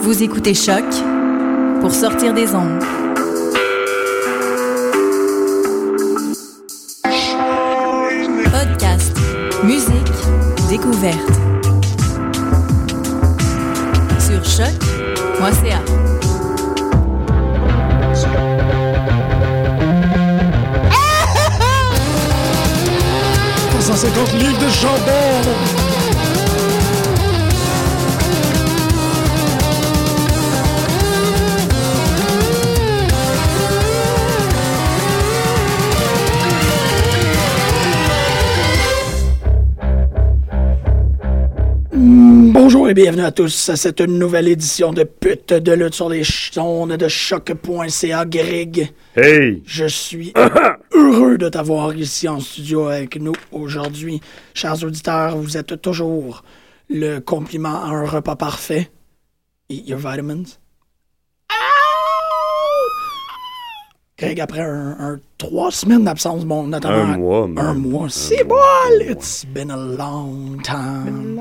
Vous écoutez Choc pour sortir des ondes. Podcast, musique, découverte. Sur choc.ca. livres de chambon. Bonjour et bienvenue à tous à cette nouvelle édition de Pute de lutte sur les ch- ondes de choc.ca Greg. Hey! Je suis heureux de t'avoir ici en studio avec nous aujourd'hui. Chers auditeurs, vous êtes toujours le compliment à un repas parfait. Eat your vitamins. Greg, après un, un- trois semaines d'absence, bon, notamment Un mois, man. un mois, c'est bon. It's been a long time.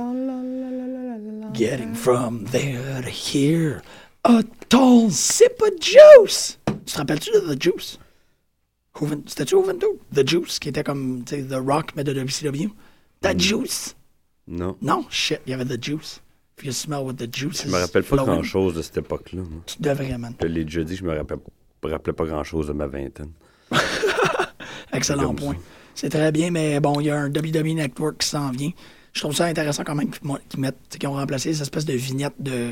Getting from there to here. A tall sip of juice. Tu te rappelles-tu de The Juice? Juven- C'était-tu Juventud? The Juice, qui était comme, tu sais, The Rock, mais de WCW. The Mm. Juice. Non. Non, shit, il y avait The Juice. If you smell what the juice Je me rappelle pas grand-chose de cette époque-là. moi. Tu devrais, man. Je l'ai déjà dit, je me rappelle, me rappelais pas grand-chose de ma vingtaine. Excellent Comme ça. point. C'est très bien, mais bon, il y a un WWE Network qui s'en vient. Je trouve ça intéressant quand même qu'ils mo- qu'ils mettent, qu'ils ont remplacé ces espèces de vignettes de,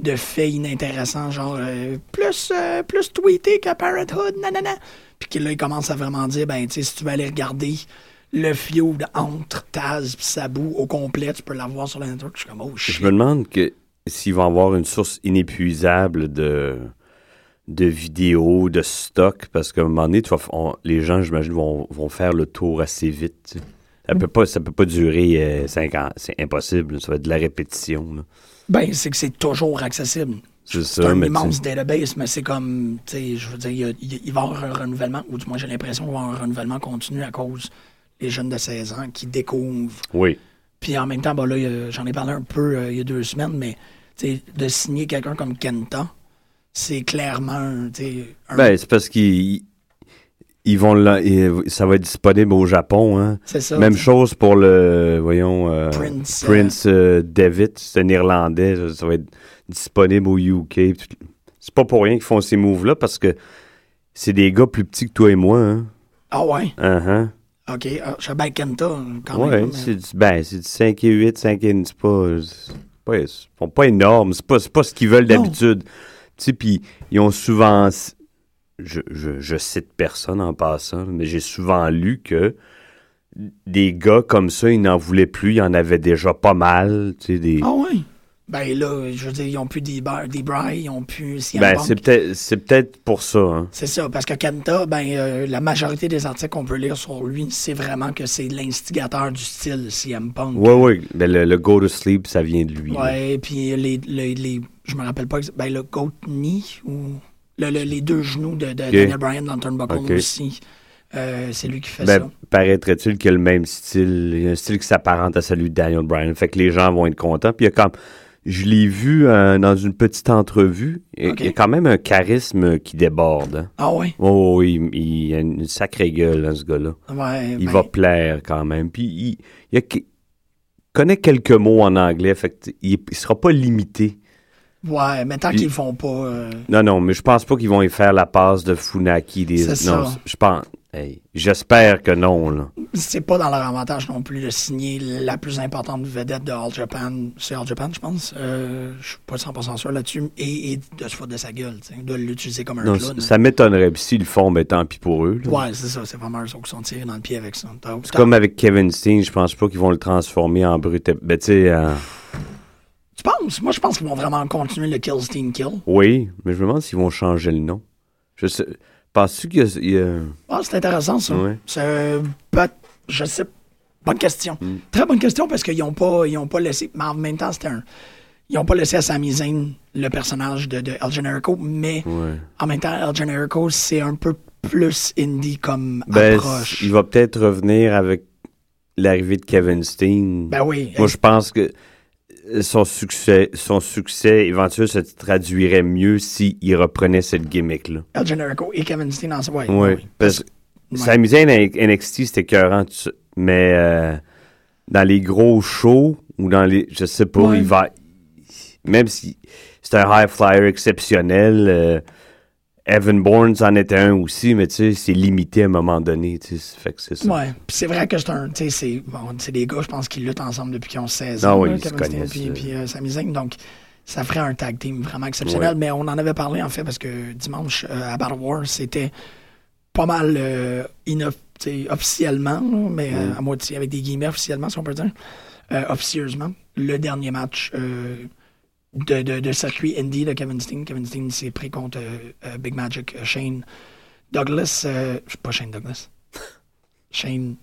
de faits inintéressants, genre euh, plus, euh, plus tweeté qu'à Parenthood, nanana. Puis que là, ils commencent à vraiment dire, ben, tu sais, si tu veux aller regarder le feud entre Taz et Sabu au complet, tu peux l'avoir sur le network. Je suis comme, oh shit. Je me demande que s'ils vont avoir une source inépuisable de, de vidéos, de stock, parce qu'à un moment donné, tu vas f- on- les gens, j'imagine, vont, vont faire le tour assez vite. tu sais. Ça peut pas, ça peut pas durer 5 ans. C'est impossible. Ça va être de la répétition. là. Ben, c'est que c'est toujours accessible. C'est C'est ça, un mais tu- immense database, mais c'est comme, tu sais, je veux dire, il y a- il y a- il va y avoir un renouvellement, ou du moins j'ai l'impression qu'il va y avoir un renouvellement continu à cause des jeunes de 16 ans qui découvrent. Oui. Puis en même temps, bah là, il y a- j'en ai parlé un peu euh, il y a deux semaines, mais tu sais, de signer quelqu'un comme Kenta, c'est clairement un, tu sais, un- Ben, c'est parce qu'ils ils vont l'en- ils- ça va être disponible au Japon. Hein. c'est ça. Même tu sais. chose pour le, voyons, euh, Prince, Prince, euh, euh, David, c'est un Irlandais, ça, ça va être disponible au UK. C'est pas pour rien qu'ils font ces moves-là parce que c'est des gars plus petits que toi et moi. Hein. Ah ouais, Uh-huh. ok. ah, Je sais bien Kenta, Ah quand Ouais, même. mais- c'est du, ben, c'est du 5 et 8, 5 et c'est pas, c'est pas, ils sont pas énormes, c'est pas, c'est pas ce qu'ils veulent Non. d'habitude. Tu sais, puis ils ont souvent, je, je, je cite personne en passant, mais j'ai souvent lu que des gars comme ça, ils n'en voulaient plus, il y en avait déjà pas mal, tu sais, des... Ah ouais. Ben là, je veux dire, ils ont plus des, bar- des brailles, ils ont plus. CM ben, Punk. c'est peut-être, c'est peut-être pour ça, hein. C'est ça, parce que Kenta, ben, euh, la majorité des articles qu'on peut lire sur lui, c'est vraiment que c'est l'instigateur du style CM Punk. Ouais, ouais, ben, le, le go to sleep, ça vient de lui. là. Ouais, puis les, les, les- je me rappelle pas, exa- ben, le goat knee, ou le- le- les deux genoux de, de Daniel Bryan dans Turnbuckle Ok. aussi. Euh, c'est lui qui fait Ben, ça. paraîtrait-il qu'il a le même style. Il y a un style qui s'apparente à celui de Daniel Bryan. Fait que les gens vont être contents. Puis il y a comme. Je l'ai vu euh, dans une petite entrevue. Il, Ok. il y a quand même un charisme qui déborde. hein. Ah ouais? Oh, oui, il, il a une sacrée gueule, hein, ce gars-là. Ouais. Il ben, va plaire quand même. Puis il, il a que- connaît quelques mots en anglais. Fait que il, il sera pas limité. Ouais, mais tant Il- qu'ils le font pas. euh, Non, non, mais je pense pas qu'ils vont y faire la passe de Funaki. Des... C'est Non, ça. je pense. hey, J'espère que non, là. c'est pas dans leur avantage non plus de signer la plus importante vedette de All Japan. C'est All Japan, je pense. Euh, je suis pas 100% sûr là-dessus. Et, et de se foutre de sa gueule, tu sais, de l'utiliser comme un Non, clown. ça m'étonnerait. Puis s'ils le font, ben tant pis pour eux. là. Ouais, c'est ça. C'est vraiment eux autres qui sont tirés dans le pied avec ça. T'as- C'est t'as- comme avec Kevin Steen, je pense pas qu'ils vont le transformer en brut. Ben, tu sais, en- Tu penses? Moi, je pense qu'ils vont vraiment continuer le Kill Steam Kill. oui, mais je me demande s'ils vont changer le nom. Je sais. Penses-tu qu'il y a- il y a. Ah, c'est intéressant, ça. Ouais. C'est... peut- Je Mm. sais... Bonne question. Très bonne question, parce qu'ils ont pas, ils ont pas laissé... Mais en même temps, c'était un... il- Ils n'ont pas laissé à Sami Zayn le personnage de, de El Generico, mais Ouais. en même temps, El Generico, c'est un peu plus indie comme Ben, approche. il va peut-être revenir avec l'arrivée de Kevin Steen. Ben oui. Moi, je pense que son succès, son succès éventuel se traduirait mieux s'il reprenait cette gimmick-là. El Generico et Kevin Steen en ouais, Oui, parce que Ouais. Sami Zayn à NXT, c'était écœurant, tu- mais euh, dans les gros shows ou dans les. Je sais pas, Ouais. il va. Même si c'est un high flyer exceptionnel, euh, Evan Bourne en était un aussi, mais tu sais, c'est limité à un moment donné, tu sais, ça fait que c'est ça. Ouais, puis c'est vrai que c'est un. Tu sais, c'est bon, c'est des gars, je pense, qui luttent ensemble depuis qu'ils ont 16 Ah ans. oui, là, ils se Kevin Steen connaissent, Puis, euh. puis euh, Sami Zayn. Donc, ça ferait un tag team vraiment exceptionnel. Ouais. Mais on en avait parlé, en fait, parce que dimanche, euh, à Battle War, c'était pas mal euh, inof- tu sais, officiellement, là, mais euh, à moitié, avec des guillemets officiellement, si on peut dire, euh, officieusement, le dernier match euh, de, de, de circuit indie de Kevin Steen. Kevin Steen s'est pris contre euh, euh, Big Magic, euh, Shane Douglas. Euh, je suis pas Shane Douglas. Shane,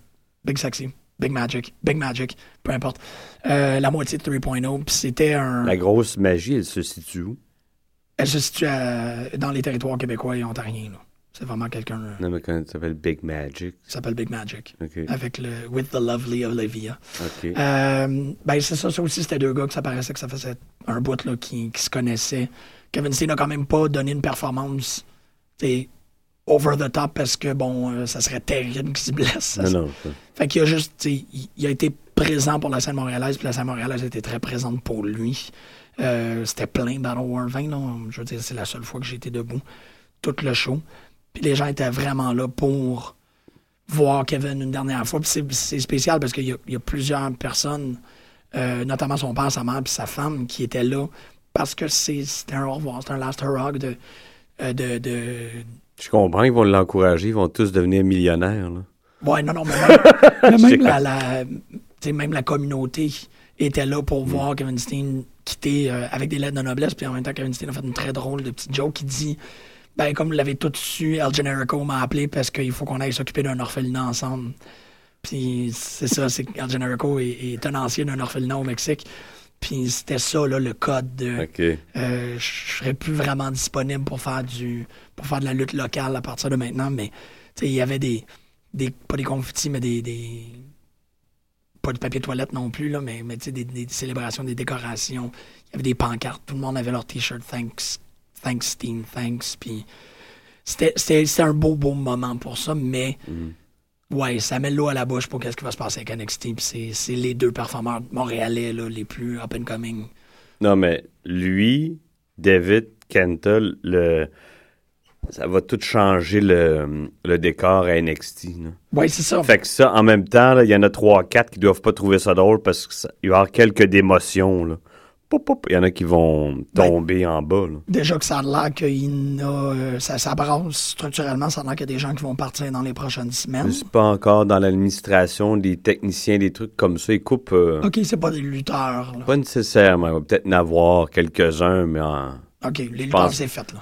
Big Sexy, Big Magic, Big Magic, peu importe. Euh, la moitié de 3.0, puis c'était un... La grosse magie, elle se situe où? Elle se situe à- dans les territoires québécois et ontariens. là. C'est vraiment quelqu'un euh, Non, mais quand ça s'appelle Big Magic. qui s'appelle Big Magic, Ok, avec le With the Lovely Olivia. ok. Euh, ben c'est ça, ça aussi, c'était deux gars que ça paraissait que ça faisait un bout là, qui, qui se connaissaient. Kevin Steen n'a quand même pas donné une performance t'sais, over the top parce que bon, euh, ça serait terrible qu'il se blesse. Ça non, se- non. ça- Fait qu'il a juste, t'sais, il, il a été présent pour la scène montréalaise, puis la scène montréalaise a été très présente pour lui. Euh, c'était plein Battle War 20, là. je veux dire, c'est la seule fois que j'ai été debout, tout le show. Puis les gens étaient vraiment là pour voir Kevin une dernière fois. Puis c'est, c'est spécial parce qu'il y a, il y a plusieurs personnes, euh, notamment son père, sa mère, puis sa femme, qui étaient là parce que c'est, c'était un au revoir, c'était un last hurrah de, euh, de, de, Je comprends qu'ils vont l'encourager, ils vont tous devenir millionnaires. Là. Ouais, non, non, mais même, mais même la, la- tu sais, même la communauté était là pour voir Kevin Steen quitter euh, avec des lettres de noblesse. Puis en même temps, Kevin Steen a fait une très drôle de petite joke qui dit Ben, comme vous l'avez tout su, El Generico m'a appelé parce qu'il faut qu'on aille s'occuper d'un orphelinat ensemble. Puis c'est ça, c'est que El Generico est, est tenancier d'un orphelinat au Mexique. Puis c'était ça, là, le code de. OK. Euh, je serais plus vraiment disponible pour faire du pour faire de la lutte locale à partir de maintenant, mais tu sais, il y avait des, des pas des confettis, mais des, des pas du papier toilette non plus là, mais, mais tu sais, des, des célébrations, des décorations. Il y avait des pancartes, tout le monde avait leur t-shirt thanks thanks team thanks puis c'était c'était c'était un beau beau moment pour ça, mais Ouais, ça met l'eau à la bouche pour qu'est-ce qui va se passer avec NXT. puis c'est- C'est les deux performeurs montréalais là, les plus up and coming. Non, mais lui, David, Kenta, le... ça va tout changer le, le décor à NXT. là. Ouais, c'est ça. Fait que ça, en même temps, là, il y en a trois, quatre qui doivent pas trouver ça drôle parce qu'il va y avoir quelques démotions. là. Poup, poup, Il y en a qui vont tomber en bas. là. Déjà que ça a l'air qu'il y en a, euh, ça, ça brasse structurellement, ça a l'air qu'il y a des gens qui vont partir dans les prochaines Je semaines. suis pas encore dans l'administration, des techniciens, des trucs comme ça. Ils coupent euh, OK, c'est pas des lutteurs. là. pas nécessairement. Il va peut-être en avoir quelques-uns, mais en- OK, les lutteurs, pense- c'est fait, là.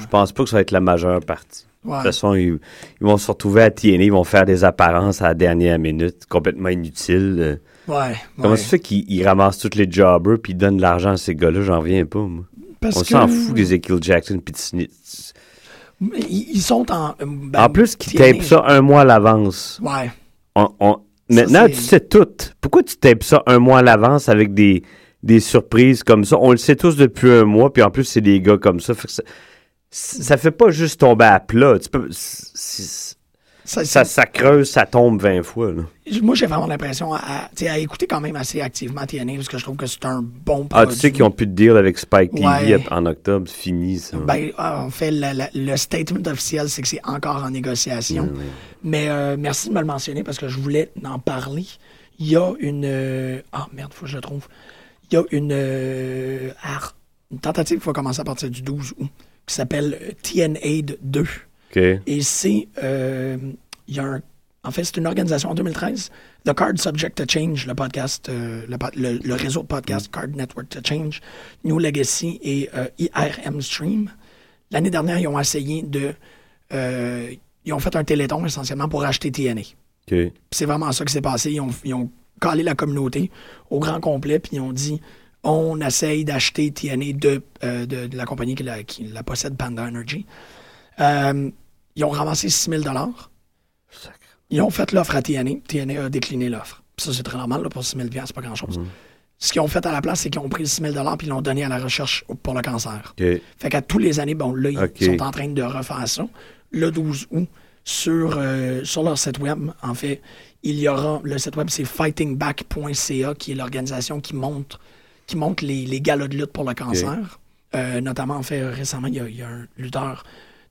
je pense pas que ça va être la majeure partie. Ouais. De toute façon, ils, ils vont se retrouver à TNA, ils vont faire des apparences à la dernière minute, complètement inutiles. euh. Ouais, Comment ouais. ça se fait qu'ils ils ramassent tous les jobbers puis ils donnent de l'argent à ces gars-là? J'en reviens pas, moi. Parce On que- euh, s'en fout des Ezekiel Jackson puis de Smith. Mais Ils, ils sont en... euh, ben, En plus, qu'ils TNA, tapent ça un mois à l'avance. Ouais, On- on- Ça, Maintenant, c'est- tu sais tout. Pourquoi tu tapes ça un mois à l'avance avec des, des surprises comme ça? On le sait tous depuis un mois, puis en plus, c'est des gars comme ça. Fait que ça, ça fait pas juste tomber à plat. Tu peux- c'est- c'est- ça, ça, c'est- ça creuse, ça tombe 20 fois. là. Moi, j'ai vraiment l'impression à, à- tu sais, à écouter quand même assez activement TNA, parce que je trouve que c'est un bon Ah, produit. tu sais qu'ils ont plus de deal avec Spike Lee Ouais. en octobre, c'est fini ça. Ben, ah, en fait, la- la- le statement officiel, c'est que c'est encore en négociation. Mais euh, merci de me le mentionner parce que je voulais en parler. Il y a une. euh, Ah merde, faut que je le trouve. Il y a une, euh, ar- une tentative qui va commencer à partir du 12 août qui s'appelle euh, TNAID 2. OK. Et c'est. euh, il y a un- en fait, c'est une organisation en 2013, The Card Subject to Change, le podcast, euh, le, pod- le- le réseau de podcasts Card Network to Change, New Legacy et euh, IRM Stream. L'année dernière, ils ont essayé de. euh, ils ont fait un téléthon essentiellement pour acheter TNA. OK. Puis c'est vraiment ça qui s'est passé. Ils ont, ils ont calé la communauté au grand complet, puis ils ont dit on essaye d'acheter TNA de, euh, de, de la compagnie qui la, qui la possède, Panda Energy. Euh, ils ont ramassé 6 000 Ils ont fait l'offre à TNA. TNA a décliné l'offre. Puis Ça, c'est très normal là, pour 6 000 c'est pas grand-chose. Ce qu'ils ont fait à la place, c'est qu'ils ont pris le 6 000 puis ils l'ont donné à la recherche pour le cancer. OK. Fait qu'à tous les années, bon, là, ils Ok. sont en train de refaire ça. Le 12 août, sur, euh, sur leur site web, en fait, il y aura, le site web, c'est fightingback.ca, qui est l'organisation qui monte, qui monte les, les galas de lutte pour le cancer. Euh, notamment, en fait, récemment, il y, a, il y a un lutteur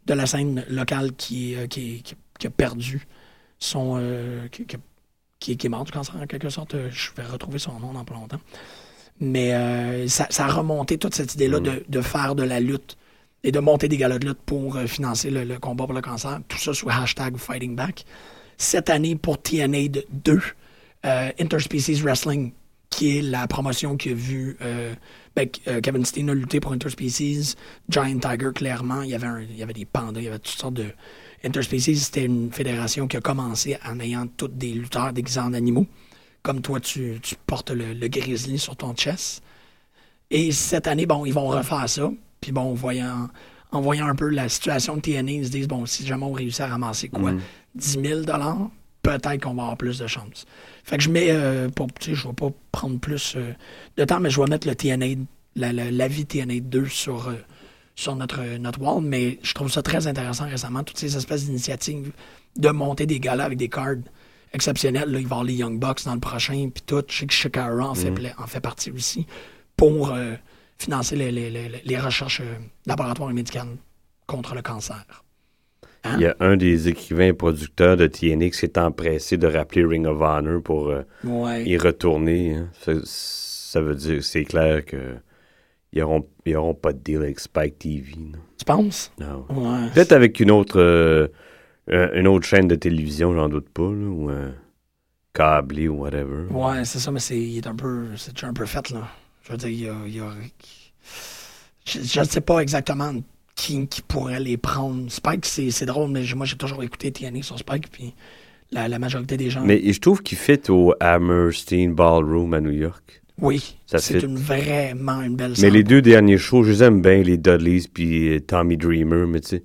de la scène locale qui, euh, qui, qui- qui a perdu son... euh, qui, qui- qui- qui est mort du cancer, en quelque sorte. Euh, Je vais retrouver son nom dans pas longtemps. Mais euh, ça, ça a remonté toute cette idée-là de, de faire de la lutte et de monter des galas de lutte pour euh, financer le, le combat pour le cancer. Tout ça sous hashtag Fighting Back. Cette année, pour TNA 2, euh, Interspecies Wrestling, qui est la promotion qui a vu euh, ben, euh, Kevin Steen a lutté pour Interspecies, Giant Tiger, clairement, il y avait, un- il y avait des pandas, il y avait toutes sortes de... Interspecies, c'était une fédération qui a commencé en ayant toutes des lutteurs déguisés en animaux comme toi, tu, tu portes le, le grizzly sur ton chest. Et cette année, bon, ils vont refaire ça. Puis bon, en voyant, en voyant un peu la situation de TNA, ils se disent, bon, si jamais on réussit à ramasser quoi, 10 000 peut-être qu'on va avoir plus de chance. Fait que je mets, euh, pour, tu sais, je vais pas prendre plus euh, de temps, mais je vais mettre le TNA, la, la, la vie TNA 2 sur, euh, sur notre, euh, notre wall, mais je trouve ça très intéressant récemment, toutes ces espèces d'initiatives de monter des galas avec des cards exceptionnels. Là, il va y avoir les Young Bucks dans le prochain, puis tout. Je sais que Shakara en, fait, pla- en fait partie aussi pour euh, financer les, les, les, les recherches euh, laboratoires et médicales contre le cancer. Il y a un des écrivains et producteurs de TNA qui s'est empressé de rappeler Ring of Honor pour euh, Ouais. y retourner. hein. Ça, ça veut dire, c'est clair que ils n'auront pas de deal avec Spike TV. là. Tu penses? Non. Ouais. Peut-être avec une autre, euh, euh, une autre chaîne de télévision, j'en doute pas, là, ou euh, câblé ou whatever. Ouais, c'est ça, mais c'est il est un peu, c'est déjà un peu fait, là. Je veux dire, il y a... il y a- Je- Je ne sais pas exactement qui, qui pourrait les prendre. Spike, c'est c'est drôle, mais j'ai- moi, j'ai toujours écouté TNA sur Spike, puis la, la majorité des gens... Mais je trouve qu'il fit au Hammerstein Ballroom à New York. oui, ça c'est fit. une, vraiment une belle Mais les sample. deux derniers shows, je les aime bien, les Dudleys puis euh, Tommy Dreamer, mais tu sais,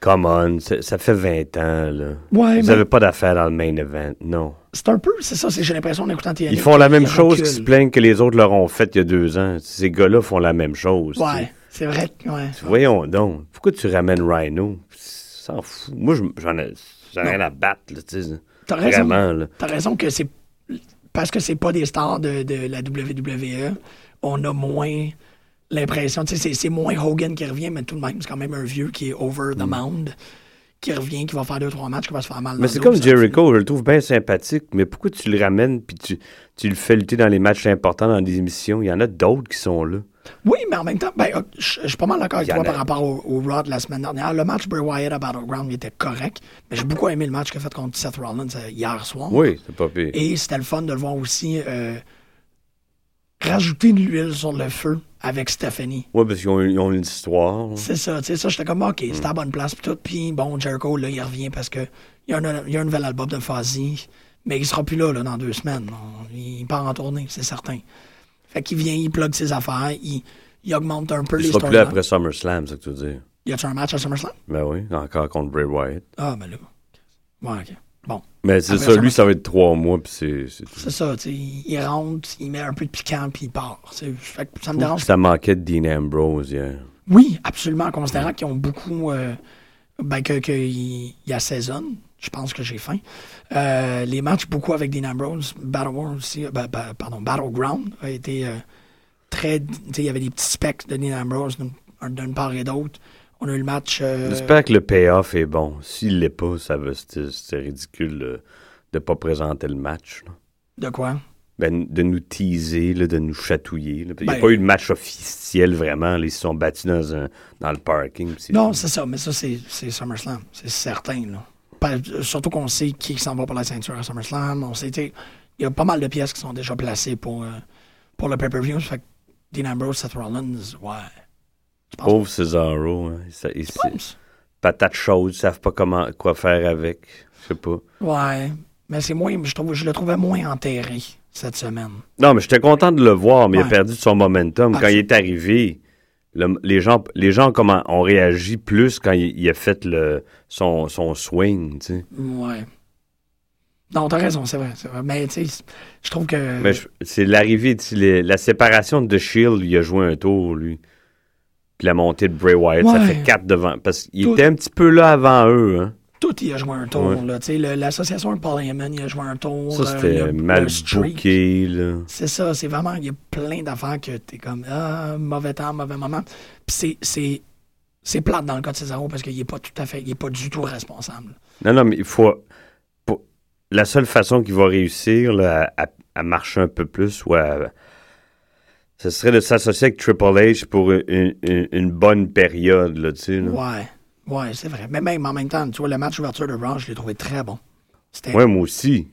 come on, ça, ça fait 20 ans, là. Ouais, mais Vous n'avez pas d'affaires dans le main event, non. c'est un peu, c'est ça, c'est- j'ai l'impression en écoutant TNA. Ils font la même ils chose reculent. qu'ils se plaignent que les autres leur ont faite il y a deux ans. Ces gars-là font la même chose. tu sais. Ouais, c'est vrai, que- ouais. Voyons donc, pourquoi tu ramènes Rhino? S'en fout. Moi, je- j'en ai, j'en ai rien à battre, là, tu sais. T'as raison. Vraiment, là. T'as raison que c'est parce que c'est pas des stars de, de la WWE, on a moins l'impression, tu sais, c'est- c'est moins Hogan qui revient, mais tout de même, c'est quand même un vieux qui est over the mound, qui revient, qui va faire deux, trois matchs, qui va se faire mal. dans Mm. Mais le c'est dos, comme ça. Jericho, je le trouve bien sympathique, mais pourquoi tu le ramènes puis tu, tu le fais lutter dans les matchs importants, dans des émissions? Il y en a d'autres qui sont là. Oui, mais en même temps, ben, euh, je je suis pas mal d'accord avec Il y toi en a- par rapport au, au Raw de la semaine dernière. Le match Bray Wyatt à Battleground il était correct, mais j'ai beaucoup aimé le match qu'il a fait contre Seth Rollins euh, hier soir. Oui, c'est pas pire. Et c'était le fun de le voir aussi euh, rajouter de l'huile sur le feu avec Stephanie. Oui, parce qu'ils ont, ils ont une histoire. hein. là. C'est ça, tu sais, ça, j'étais comme, OK, c'était à la bonne place, pis tout. Puis bon, Jericho, là, il revient parce que il y a un, il y a un nouvel album de Fozzy, mais il sera plus là, là, dans deux semaines. On- il part en tournée, c'est certain. Fait qu'il vient, il plug ses affaires, il, il augmente un peu Il les sera plus là storylines. après SummerSlam, c'est ce que tu veux dire. Y a-tu un match à SummerSlam? Ben oui, encore contre Bray Wyatt. Ah, ben là. Ouais, OK. Bon, Mais c'est Après ça, lui, SummerSlam. ça va être trois mois, puis c'est- c'est tout. c'est ça, tu sais, il il rentre, il met un peu de piquant, puis il part. C'est- Fait que ça me dérange Ça manquait de Dean Ambrose hier. Oui, absolument, en considérant qu'ils ont beaucoup. euh, ben, qu'ils que y- y assaisonnent. Je pense que j'ai faim. Euh, les matchs, beaucoup avec Dean Ambrose, Battle War aussi, euh, ben, ben, pardon, Battleground a été euh, très. Tu sais, il y avait des petits specs de Dean Ambrose d'une- d'une part et d'autre. On a eu le match. euh, J'espère que le payoff est bon. S'il l'est pas, ça veut- c'est c'est ridicule euh, de pas présenter le match. là. de quoi Ben, de nous teaser, là, de nous chatouiller. là. Il n'y a Ben- pas eu de match officiel vraiment. là. Ils se sont battus dans, un- dans le parking. puis c'est- Non, c'est ça, mais ça, c'est c'est SummerSlam. C'est certain, là. Pas- surtout qu'on sait qui s'en va pour la ceinture à SummerSlam. On sait, tu sais, il y a pas mal de pièces qui sont déjà placées pour, euh, pour le pay-per-view. Ça Fait que Dean Ambrose, Seth Rollins, ouais. Tu penses? Pauvre Cesaro. hein. Ça- il- c'est- patate chaude, ils savent pas comment, quoi faire avec. Je sais pas. Ouais, mais c'est moins, je, trouve, je le trouvais moins enterré, cette semaine. Non, mais j'étais content de le voir, mais il Ouais. a perdu de son momentum. Ah, quand c'est- il est arrivé, le- les gens, les gens comment, ont réagi plus quand il, il a fait le, son, son swing, tu sais. Ouais. Non, t'as raison, c'est vrai, c'est vrai. Mais tu sais, je trouve que. Mais je- c'est l'arrivée, tu sais, les- la séparation de The Shield, il a joué un tour, lui. Puis la montée de Bray Wyatt, ça Ouais. fait quatre devant. Parce qu'il Tout- était un petit peu là avant eux, hein. Tout y a joué un tour. Ouais. là. Tu sais, le- L'association de Paul Heyman y a joué un tour. Ça, euh, c'était le- mal le streak. booké, là. C'est ça, c'est vraiment, il y a plein d'affaires que t'es comme, ah, mauvais temps, mauvais moment. Puis c'est, c'est, c'est plate dans le cas de Césaro parce qu'il est pas tout à fait, il est pas du tout responsable. Non, non, mais il faut. pour- la seule façon qu'il va réussir là, à, à marcher un peu plus, ou à- ce serait de s'associer avec Triple H pour une, une- une bonne période, là, tu sais. là. Ouais, ouais, c'est vrai. Mais même en même temps, tu vois, le match ouverture de Raw, je l'ai trouvé très bon. C'était, Ouais, moi aussi.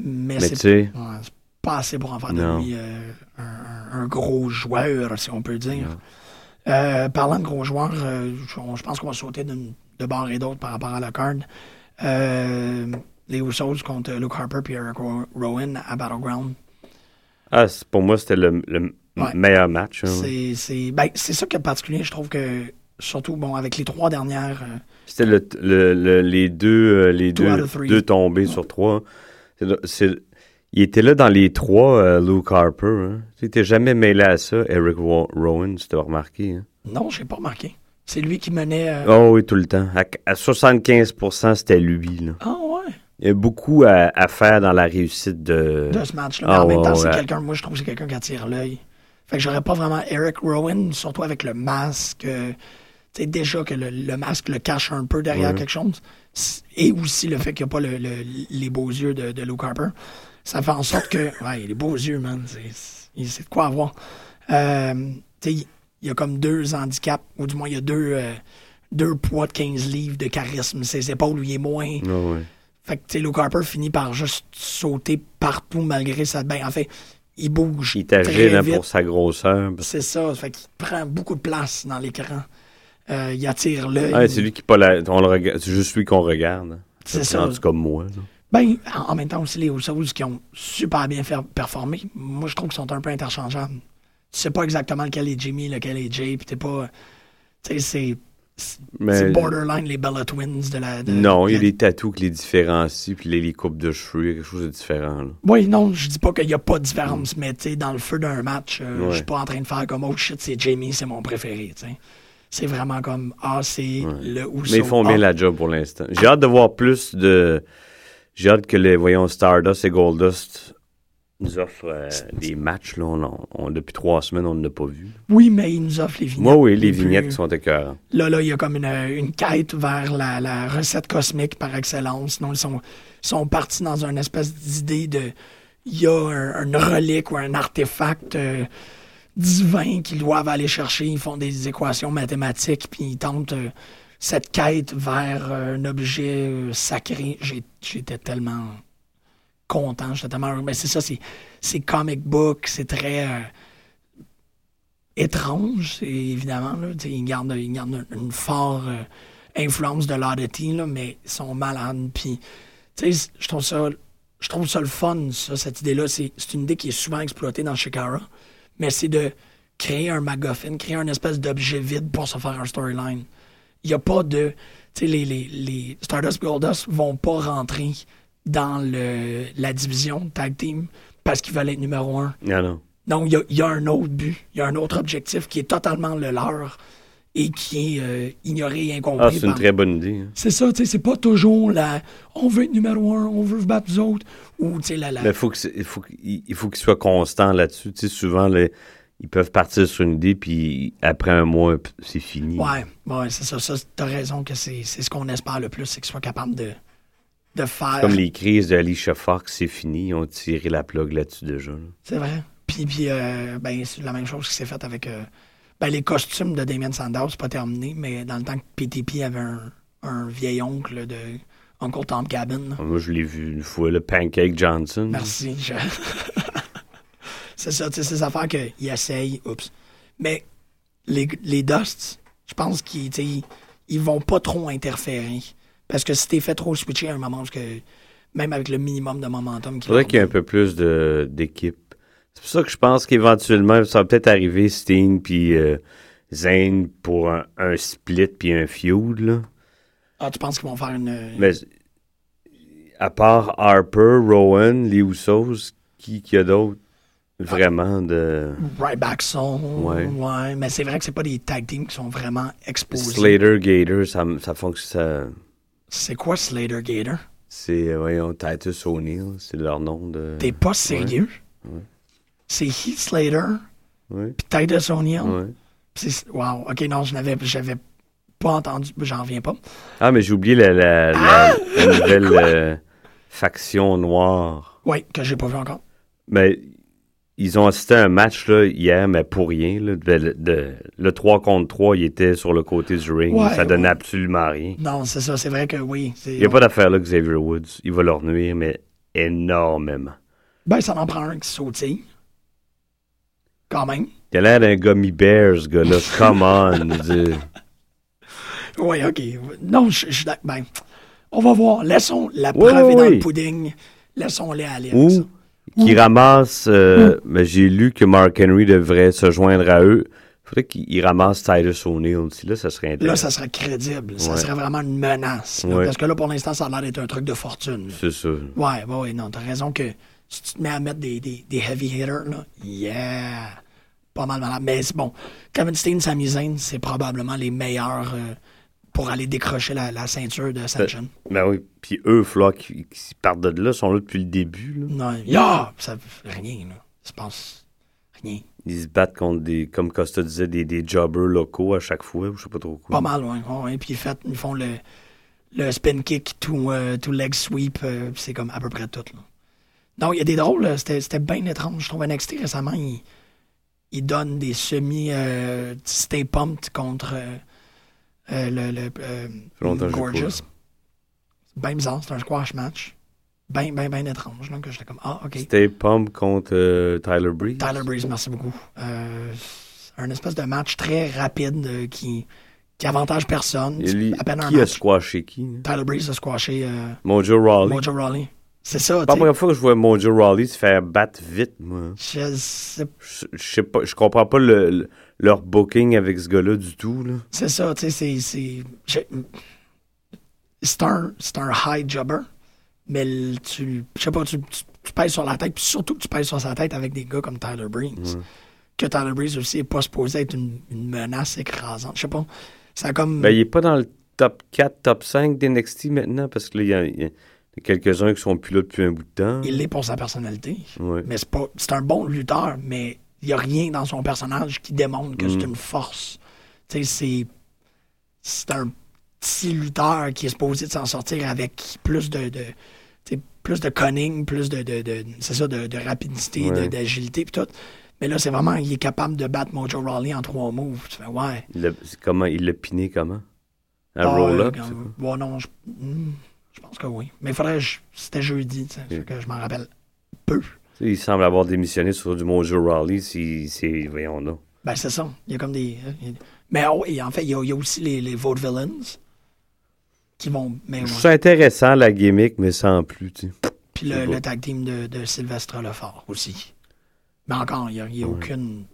mais, Mais c'est, tu sais, ouais, c'est pas assez pour en faire de Non. lui euh, un, un- un gros joueur, si on peut dire. Euh, parlant de gros joueurs, euh, on- je pense qu'on va sauter d'une- de bord et d'autre par rapport à la card. Euh, les Usos contre Luke Harper et Eric Ro- Rowan à Battleground. ah, c'est- pour moi, c'était le, le Ouais. meilleur match. hein. C'est- C'est ben, c'est ça qui est particulier, je trouve que, surtout bon, avec les trois dernières, euh, C'était le, le- le- les deux, euh, les Two out deux, of three. deux tombés sur trois. C'est le- c'est- il était là dans les trois, euh, Luke Harper. hein. Tu sais, Il était jamais mêlé à ça, Eric Wa- Rowan, si tu as remarqué. hein. non, je n'ai pas remarqué. C'est lui qui menait. euh, Oh oui, tout le temps. À, à 75 c'était lui. là. Ah ouais, Il y a beaucoup à, à faire dans la réussite de. de ce match-là. Ah, Mais en même ouais, temps, ouais. c'est quelqu'un, moi je trouve que c'est quelqu'un qui attire l'œil. Fait que j'aurais pas vraiment Eric Rowan, surtout avec le masque. euh, tu sais, déjà que le, le masque le cache un peu derrière quelque chose. S- Et aussi le fait qu'il n'y a pas le- le- les beaux yeux de, de Luke Harper. Ça fait en sorte que. Ouais, les beaux yeux, man. c'est- c'est- Il sait de quoi avoir. Euh, tu sais, il- il y a comme deux handicaps, ou du moins, il y a deux, euh, deux poids de 15 livres de charisme. Ses épaules, il est moins. Ah ouais. Fait que, tu sais, Luke Harper finit par juste sauter partout malgré sa. Ben, en fait, il bouge. Il est très agile hein, vite. pour sa grosseur. parce- C'est ça. Fait qu'il prend beaucoup de place dans l'écran. Euh, il attire l'œil. Ah, c'est lui qui pas la- on le rega- C'est juste lui qu'on regarde. hein. C'est En ça. tout cas, moi. là. Ben, en en même temps aussi, les Usos qui ont super bien fer- performé, moi, je trouve qu'ils sont un peu interchangeables. Tu sais pas exactement lequel est Jimmy, lequel est Jay, puis t'es pas... Tu sais, c'est- c'est... Mais- C'est borderline les Bella Twins de la... de- Non, de il y a la- des tatous qui les différencient, puis les, les coupes de cheveux, il y a quelque chose de différent. là. Oui, non, je dis pas qu'il y a pas de différence, mais tu sais, dans le feu d'un match, euh, Ouais. je suis pas en train de faire comme « Oh shit, c'est Jimmy, c'est mon préféré », tu sais. C'est vraiment comme « Ah, c'est le Ah, Uso ». Mais ils font bien la job pour l'instant. J'ai hâte de voir plus de. J'ai hâte que les, voyons, Stardust et Goldust nous offrent euh, des matchs. Là, on, en- on- depuis trois semaines, on ne l'a pas vu. Oui, mais ils nous offrent les vignettes. Moi, oui, les plus- vignettes qui sont écœurantes. Là, là, il y a comme une, euh, une quête vers la, la recette cosmique par excellence. Non, ils sont, ils sont partis dans une espèce d'idée de. Il y a un- une relique ou un artefact euh, divin qu'ils doivent aller chercher. Ils font des équations mathématiques, puis ils tentent euh, cette quête vers euh, un objet euh, sacré. J'ai- J'étais tellement content, j'étais tellement heureux. Mais c'est ça, c'est c'est comic book, c'est très. euh, étrange, c'est évidemment. Là, Tu sais, il garde, il garde une, une forte euh, influence de l'oddity, là, mais ils sont malades. Puis, tu sais, je trouve ça, je trouve ça le fun, ça, cette idée-là. C'est, c'est une idée qui est souvent exploitée dans Shikara, mais c'est de créer un MacGuffin, créer une espèce d'objet vide pour se faire un storyline. Il n'y a pas de. Tu sais, les, les, les Stardust Goldust vont pas rentrer dans le, la division tag team parce qu'ils veulent être numéro un. Non, Ah, non. Non, il y a, il y a un autre but, il y a un autre objectif qui est totalement le leur et qui est euh, ignoré et incompris. Ah, c'est une par- très bonne idée. hein. C'est ça, tu sais, c'est pas toujours la on veut être numéro un, on veut battre les autres, ou tu sais, la, la- Mais faut que c'est- il faut qu'il il faut qu'il soit constant là-dessus. Tu sais, souvent, les- ils peuvent partir sur une idée, puis après un mois, p- c'est fini. Ouais, ouais, c'est ça, ça, t'as raison que c'est c'est ce qu'on espère le plus, c'est qu'ils soient capables de, de faire. Comme les crises d'Alicia Fox, c'est fini. Ils ont tiré la plug là-dessus déjà. là. C'est vrai. Puis, puis euh, ben, c'est la même chose qui s'est faite avec euh, ben, les costumes de Damien Sandow, c'est pas terminé, mais dans le temps que PTP avait un, un vieil oncle de Uncle Tom Cabin. là. Moi, je l'ai vu une fois, le Pancake Johnson. Merci. je- c'est ça, tu sais, ces affaires qu'ils essayent. Oups. Mais les, les Dusts, je pense qu'ils tu sais, ils vont pas trop interférer. Parce que si t'es fait trop switcher à un moment, parce que même avec le minimum de momentum qu'il faudrait leur qu'il y ait un donne. peu plus de- d'équipe. C'est pour ça que je pense qu'éventuellement, ça va peut-être arriver Sting puis euh, Zayn pour un, un split puis un feud. Là. Ah, tu penses qu'ils vont faire une. Mais à part Harper, Rowan, Lee Usos, qui, qui a d'autres vraiment de. Right back son. Ouais. Ouais. Mais c'est vrai que c'est pas des tag teams qui sont vraiment exposés. Slater, Gator, ça, m- ça fonctionne. ça- C'est quoi Slater Gator? C'est, euh, voyons, Titus O'Neill, c'est leur nom de. T'es pas sérieux? C'est Heath Slater, Ouais, puis Titus O'Neill. ouais. C'est- Wow, ok, non, je n'avais j'avais pas entendu, j'en reviens pas. Ah, mais j'ai oublié la, la- la- Ah! la nouvelle euh, faction noire. Oui, que j'ai pas vu encore. Mais ils ont assisté à un match là, hier, mais pour rien. là. De- de- le 3 contre 3, il était sur le côté du ring. Ouais, ça donnait ouais. absolument rien. Non, c'est ça, c'est vrai que oui. c'est- Il n'y a pas d'affaire là, Xavier Woods. Il va leur nuire, mais énormément. Ben, ça en prend un qui sautille. Quand même. Il a l'air d'un gummy bear, ce gars-là. Come on. je veux dire. Oui, ok. Non, je je suis d'ac- Ben, on va voir. Laissons la Oui, preuve oui, est dans oui. le pudding. Laissons-les aller. avec ça. Ou qui ramasse. euh, Mais j'ai lu que Mark Henry devrait se joindre à eux. faudrait qu'il ramasse Titus O'Neill aussi. Là, ça serait Là, intéressant. ça serait crédible. Ça Ouais. serait vraiment une menace. là, Ouais. Parce que là, pour l'instant, ça a l'air d'être un truc de fortune. là. C'est ça. Ouais, ouais, ouais, non, t'as raison que si tu te mets à mettre des, des, des heavy hitters, là, yeah! Pas mal malade. Mais c'est bon, Kevin Steen, Sami Zayn, c'est probablement les meilleurs euh, pour aller décrocher la, la ceinture de Sanction. Ben oui. Puis eux, Flock, qui partent de là, sont là depuis le début. là. Non, yeah! Ça, rien, là. Je pense, rien. Ils se battent contre des, comme Costa disait, des, des jobbers locaux à chaque fois. ou Je sais pas trop quoi. Pas mal, ouais. ouais, ouais. Puis ils, fait- ils font le, le spin kick, tout, euh, tout leg sweep, euh, puis c'est comme à peu près tout. Là. Non, il y a des drôles, là. c'était, c'était bien étrange. Je trouve NXT récemment, ils il donnent des semi euh, stay pumped contre euh, euh, le, le euh, fait longtemps que j'ai pas vu Gorgeous. ça. C'est bien bizarre, c'est un squash match. Bien, bien, bien étrange. Là, que j'étais comme, ah, ok. C'était Pump contre euh, Tyler Breeze. Tyler Breeze, merci beaucoup. Euh, un espèce de match très rapide euh, qui, qui avantage personne. Et lui- C'est à peine un qui a match. squashé qui? hein? Tyler Breeze a squashé euh, Mojo Rawley. Mojo Rawley. C'est ça, Pas tu la première fois que je vois Mojo Rawley se faire battre vite, moi. sais. Je sais- Je, je sais pas, je comprends pas le- le- leur booking avec ce gars-là du tout, là. C'est ça, tu sais, c'est- c'est... j'ai- C'est un, c'est un high jobber, mais le- tu, je sais pas, tu, tu, tu pèses sur la tête, puis surtout que tu pèses sur sa tête avec des gars comme Tyler Breeze. Que Tyler Breeze aussi est pas supposé être une, une menace écrasante. Je sais pas, ça a comme... Ben, il est pas dans le top 4, top 5 d'NXT maintenant, parce que là, il y a- il y a, quelques-uns qui sont plus là depuis un bout de temps. il l'est pour sa personnalité. Ouais. Mais c'est pas. C'est un bon lutteur, mais il n'y a rien dans son personnage qui démontre que Mm. c'est une force. Tu sais, c'est. C'est un petit lutteur qui est supposé de s'en sortir avec plus de. de tu sais, plus de cunning, plus de. de, de- c'est ça, de, de rapidité, de- Ouais. d'agilité, pis tout. Mais là, c'est vraiment. Il est capable de battre Mojo Rawley en trois moves. Tu fais, ouais. Il l'a- c'est comment, il l'a piné comment? Un Ah, roll-up? euh, c'est quoi? ouais, non, je, hmm, je pense que oui. Mais il faudrait. que je- C'était jeudi, tu sais, fait que je m'en rappelle peu. Tu sais, Il semble avoir démissionné sur du Mojo Rawley, si, si- voyons là. Ben, c'est ça. Il y a comme des. euh, Mais oh, et en fait, il y, a- il y a aussi les, les vaudevillains qui vont. Mais ouais. Je trouve ça intéressant, la gimmick, mais sans plus, tu sais. Puis le, c'est beau. le tag team de, de Sylvestre Lefort aussi. Mais encore, il n'y a, il y a aucune.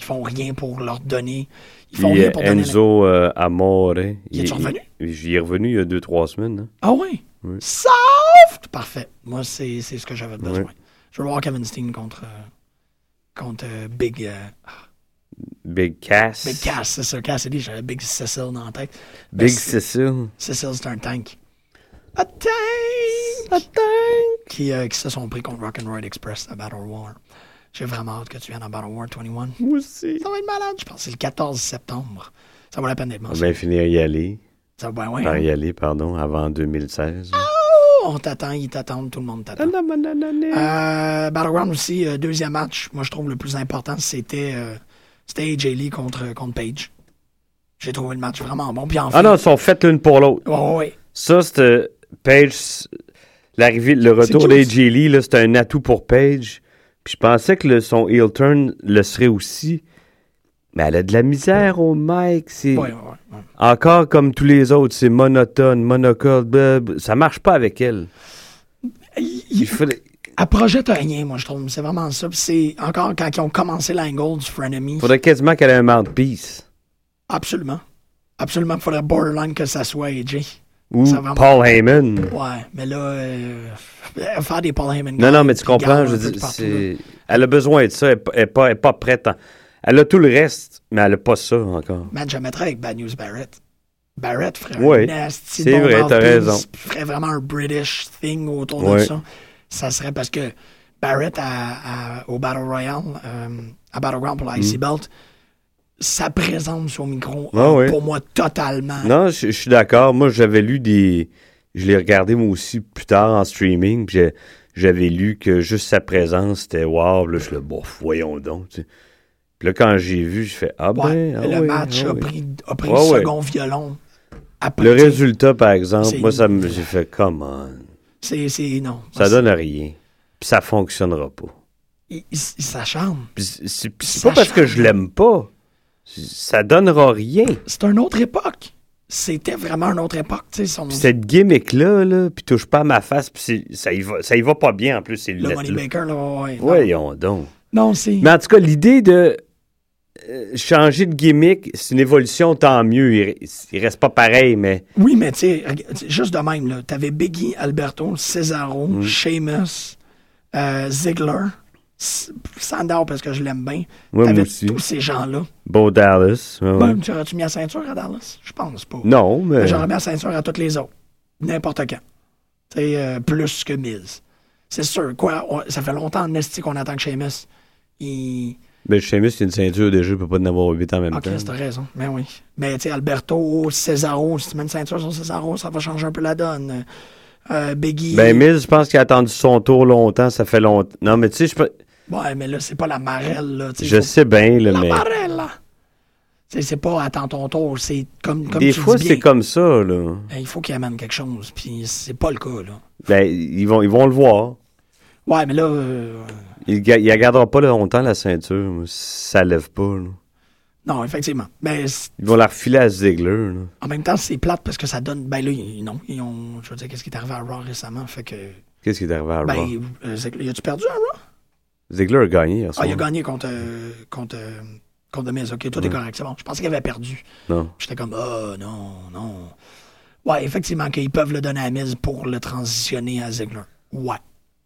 Ils font rien pour leur donner. Ils font Puis, rien euh, pour donner. la- Enzo euh, Amore. Il est-tu revenu? J'y est revenu il y a deux, trois semaines. hein. Ah oui! Oui. Soft! Parfait. Moi, c'est c'est ce que j'avais besoin. Oui. Je veux voir Kevin Steen contre. euh, contre euh, Big. euh, Big Cass. Big Cass, c'est ça. Cassidy, j'avais Big Cecil dans la tête. Ben, Big c'est- Cecil. Cecil, c'est un tank. Un tank! Un tank! Qui, euh, qui se sont pris contre Rock'n'Ride Express à Battle War. J'ai vraiment hâte que tu viennes à Battle War 21. Moi aussi. Ça va être malade, je pense. que C'est le 14 septembre. Ça vaut la peine d'être On mentionné. va finir y aller. Ça va, ouais. Par y aller, pardon, avant 2016. Oh, on t'attend, ils t'attendent, tout le monde t'attend. Euh, Battleground aussi, euh, deuxième match, moi je trouve le plus important, c'était euh, c'était AJ Lee contre, contre Page. J'ai trouvé le match vraiment bon. Puis enfin, Ah non, ils sont faites l'une pour l'autre. ouais, ouais, ouais. Ça, c'est euh, Page. c'est- L'arrivée, le retour cute. d'AJ Lee, là, c'est un atout pour Page. Puis je pensais que le- son heel turn le serait aussi. Mais elle a de la misère au mic. Ouais, C'est ouais, ouais, ouais. encore comme tous les autres. C'est monotone, monocorde. blub. Ça marche pas avec elle. il- Il il- fallait- elle projette rien, moi, je trouve. C'est vraiment ça. Puis c'est encore quand ils ont commencé l'angle du Frenemy. faudrait quasiment qu'elle ait un mouthpiece. Absolument. Absolument. Il faudrait borderline que ça soit AJ. Ou Ça va- Paul Heyman. Ouais, mais là, euh, f- faire des Paul Heyman. Non, non, mais tu Puis comprends, garde je un veux peu de dire, partout, c'est- elle a besoin de ça, elle n'est pas, elle est pas, elle est pas prête. à- Elle a tout le reste, mais elle n'a pas ça encore. là. Man, je la mettrais avec Bad News Barrett. Barrett ferait Ouais, un nasty c'est bon vrai, mouthpiece, t'as raison. puis ferait vraiment un British thing autour de Ouais. ça. Ça serait parce que Barrett à- à- au Battle Royale, euh, à Battleground Mm. pour l'IC Belt, sa présence au micro, Ah ouais. pour moi, totalement. Non, je, je suis d'accord. Moi, j'avais lu des. Je l'ai regardé moi aussi plus tard en streaming. puis j'ai- J'avais lu que juste sa présence, c'était wow. Là, je suis là, bon, voyons donc. tu sais. Puis là, quand j'ai vu, je fais ah ben. Ouais, ah le oui, match ah a oui. pris, a pris Ouais, le ouais. second violon. Après, Le résultat, par exemple, C'est- moi, ça me. J'ai fait come on. C'est, c'est, non. Ça C'est- donne rien. Puis ça fonctionnera pas. Il, il- il s'acharne. Puis c'est- c'est puis c'est Ça pas parce que change. je l'aime pas. C'est- Ça donnera rien. c'est une autre époque. C'était vraiment une autre époque, tu sais. son- Puis cette gimmick-là, là, puis touche pas à ma face, puis c'est- ça y va, ça y va pas bien en plus, c'est le Moneymaker, là, ouais. ouais. Voyons donc. Non, c'est... Mais en tout cas, l'idée de euh, changer de gimmick, c'est une évolution, tant mieux. Il, re- il reste pas pareil, mais Oui, mais tu sais, reg- tu sais, juste de même, là, t'avais Biggie, Alberto, Cesaro, Mm. Sheamus, euh, Ziggler, S- Sandow, parce que je l'aime bien. Ouais, t'avais moi aussi. tous ces gens-là. Beau Dallas. ouais, ouais. Ben, tu aurais-tu mis la ceinture à Dallas? Je pense pas. non, mais. J'aurais mis la ceinture à toutes les autres. N'importe quand. Tu sais, euh, plus que Miz. C'est sûr, quoi, on- ça fait longtemps en esti qu'on attend que Sheamus, il... Mais Sheamus, il y a une ceinture déjà, il peut pas en avoir 8 en même Ok, temps. Ah, t'as raison. Mais oui. Mais tu sais, Alberto, Cesaro, si tu mets une ceinture sur Cesaro, ça va changer un peu la donne. Euh, Biggie. Ben, Miz, je pense qu'il a attendu son tour longtemps, ça fait longtemps. Non, mais tu sais, je, pe- Ouais, mais là, c'est pas la marelle, là. tu je faut- sais bien, là, La mais. marelle, là. Tu sais, c'est pas attends ton tour, c'est comme, comme Des tu fois, dis c'est bien, comme ça, là. euh, Il faut qu'il amène quelque chose, puis c'est pas le cas, là. Ben, ils vont, ils vont le voir. Ouais, mais là, euh, Il ga- il la gardera pas longtemps, la ceinture, moi, si ça lève pas, là. non, effectivement. Mais c'est- Ils vont la refiler à Ziggler, là. en même temps, c'est plate parce que ça donne. Ben là, ils- non. Ils ont, je veux dire, qu'est-ce qui est arrivé à Raw récemment? Fait que. Qu'est-ce qui est arrivé à Raw? Ben, euh, c'est que- y a-tu perdu à Raw? Ziggler a gagné hier Ah, soir. il a gagné contre, euh, contre, euh, contre The Miz. OK, tout est correct, c'est bon. Je pensais qu'il avait perdu. Non. J'étais comme, ah, non, non. Ouais, effectivement, qu'ils peuvent le donner à Miz pour le transitionner à Ziggler. Ouais,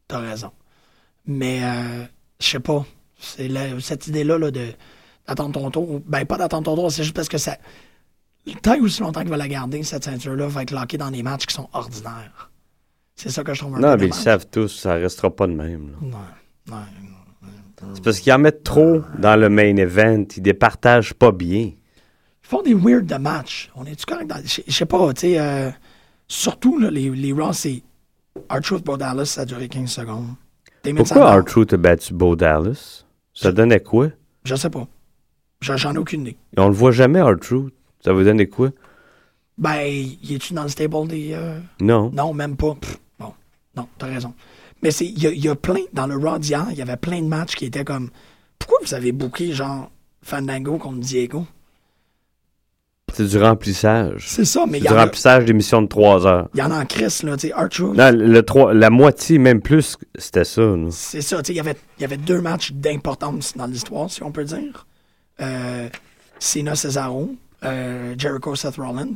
t'as raison. Mais, euh, je sais pas. C'est la- cette idée-là là, de d'attendre ton tour. Ben, pas d'attendre ton tour, c'est juste parce que ça. Tant et aussi longtemps qu'il va la garder, cette ceinture-là va être lockée dans des matchs qui sont ordinaires. C'est ça que je trouve un Non, peu mais ils le dommage. savent tous, ça restera pas de même. là. Ouais, ouais. C'est parce qu'ils en mettent trop dans le main event, ils départagent pas bien. Ils font des weird de match. On est-tu correct dans. Je je sais pas, tu sais. euh, surtout, là, les, les Raw, c'est. R-Truth pour Dallas, ça a duré 15 secondes. Damien Pourquoi Sandow, R-Truth a battu Bo Dallas? Ça donnait quoi? Je sais pas. Je- J'en ai aucune idée. Et on le voit jamais, R-Truth. Ça vous donnait quoi? Ben, il est-tu dans le stable des. euh, Non. Non, même pas. Pff, bon, non, t'as raison. Mais c'est, il y, a- il y a plein, dans le Raw d'hier, il y avait plein de matchs qui étaient comme, pourquoi vous avez booké, genre, Fandango contre Diego? C'est du remplissage. C'est ça, mais C'est il y, du en a- remplissage d'émissions de 3 heures. il y en a en crise, là, tu sais, R-Truth. Non, le trois- la moitié, même plus, c'était ça. là. C'est ça, tu sais, il y avait- il y avait deux matchs d'importance dans l'histoire, si on peut dire. Euh, Cena Cesaro, euh, Jericho Seth Rollins.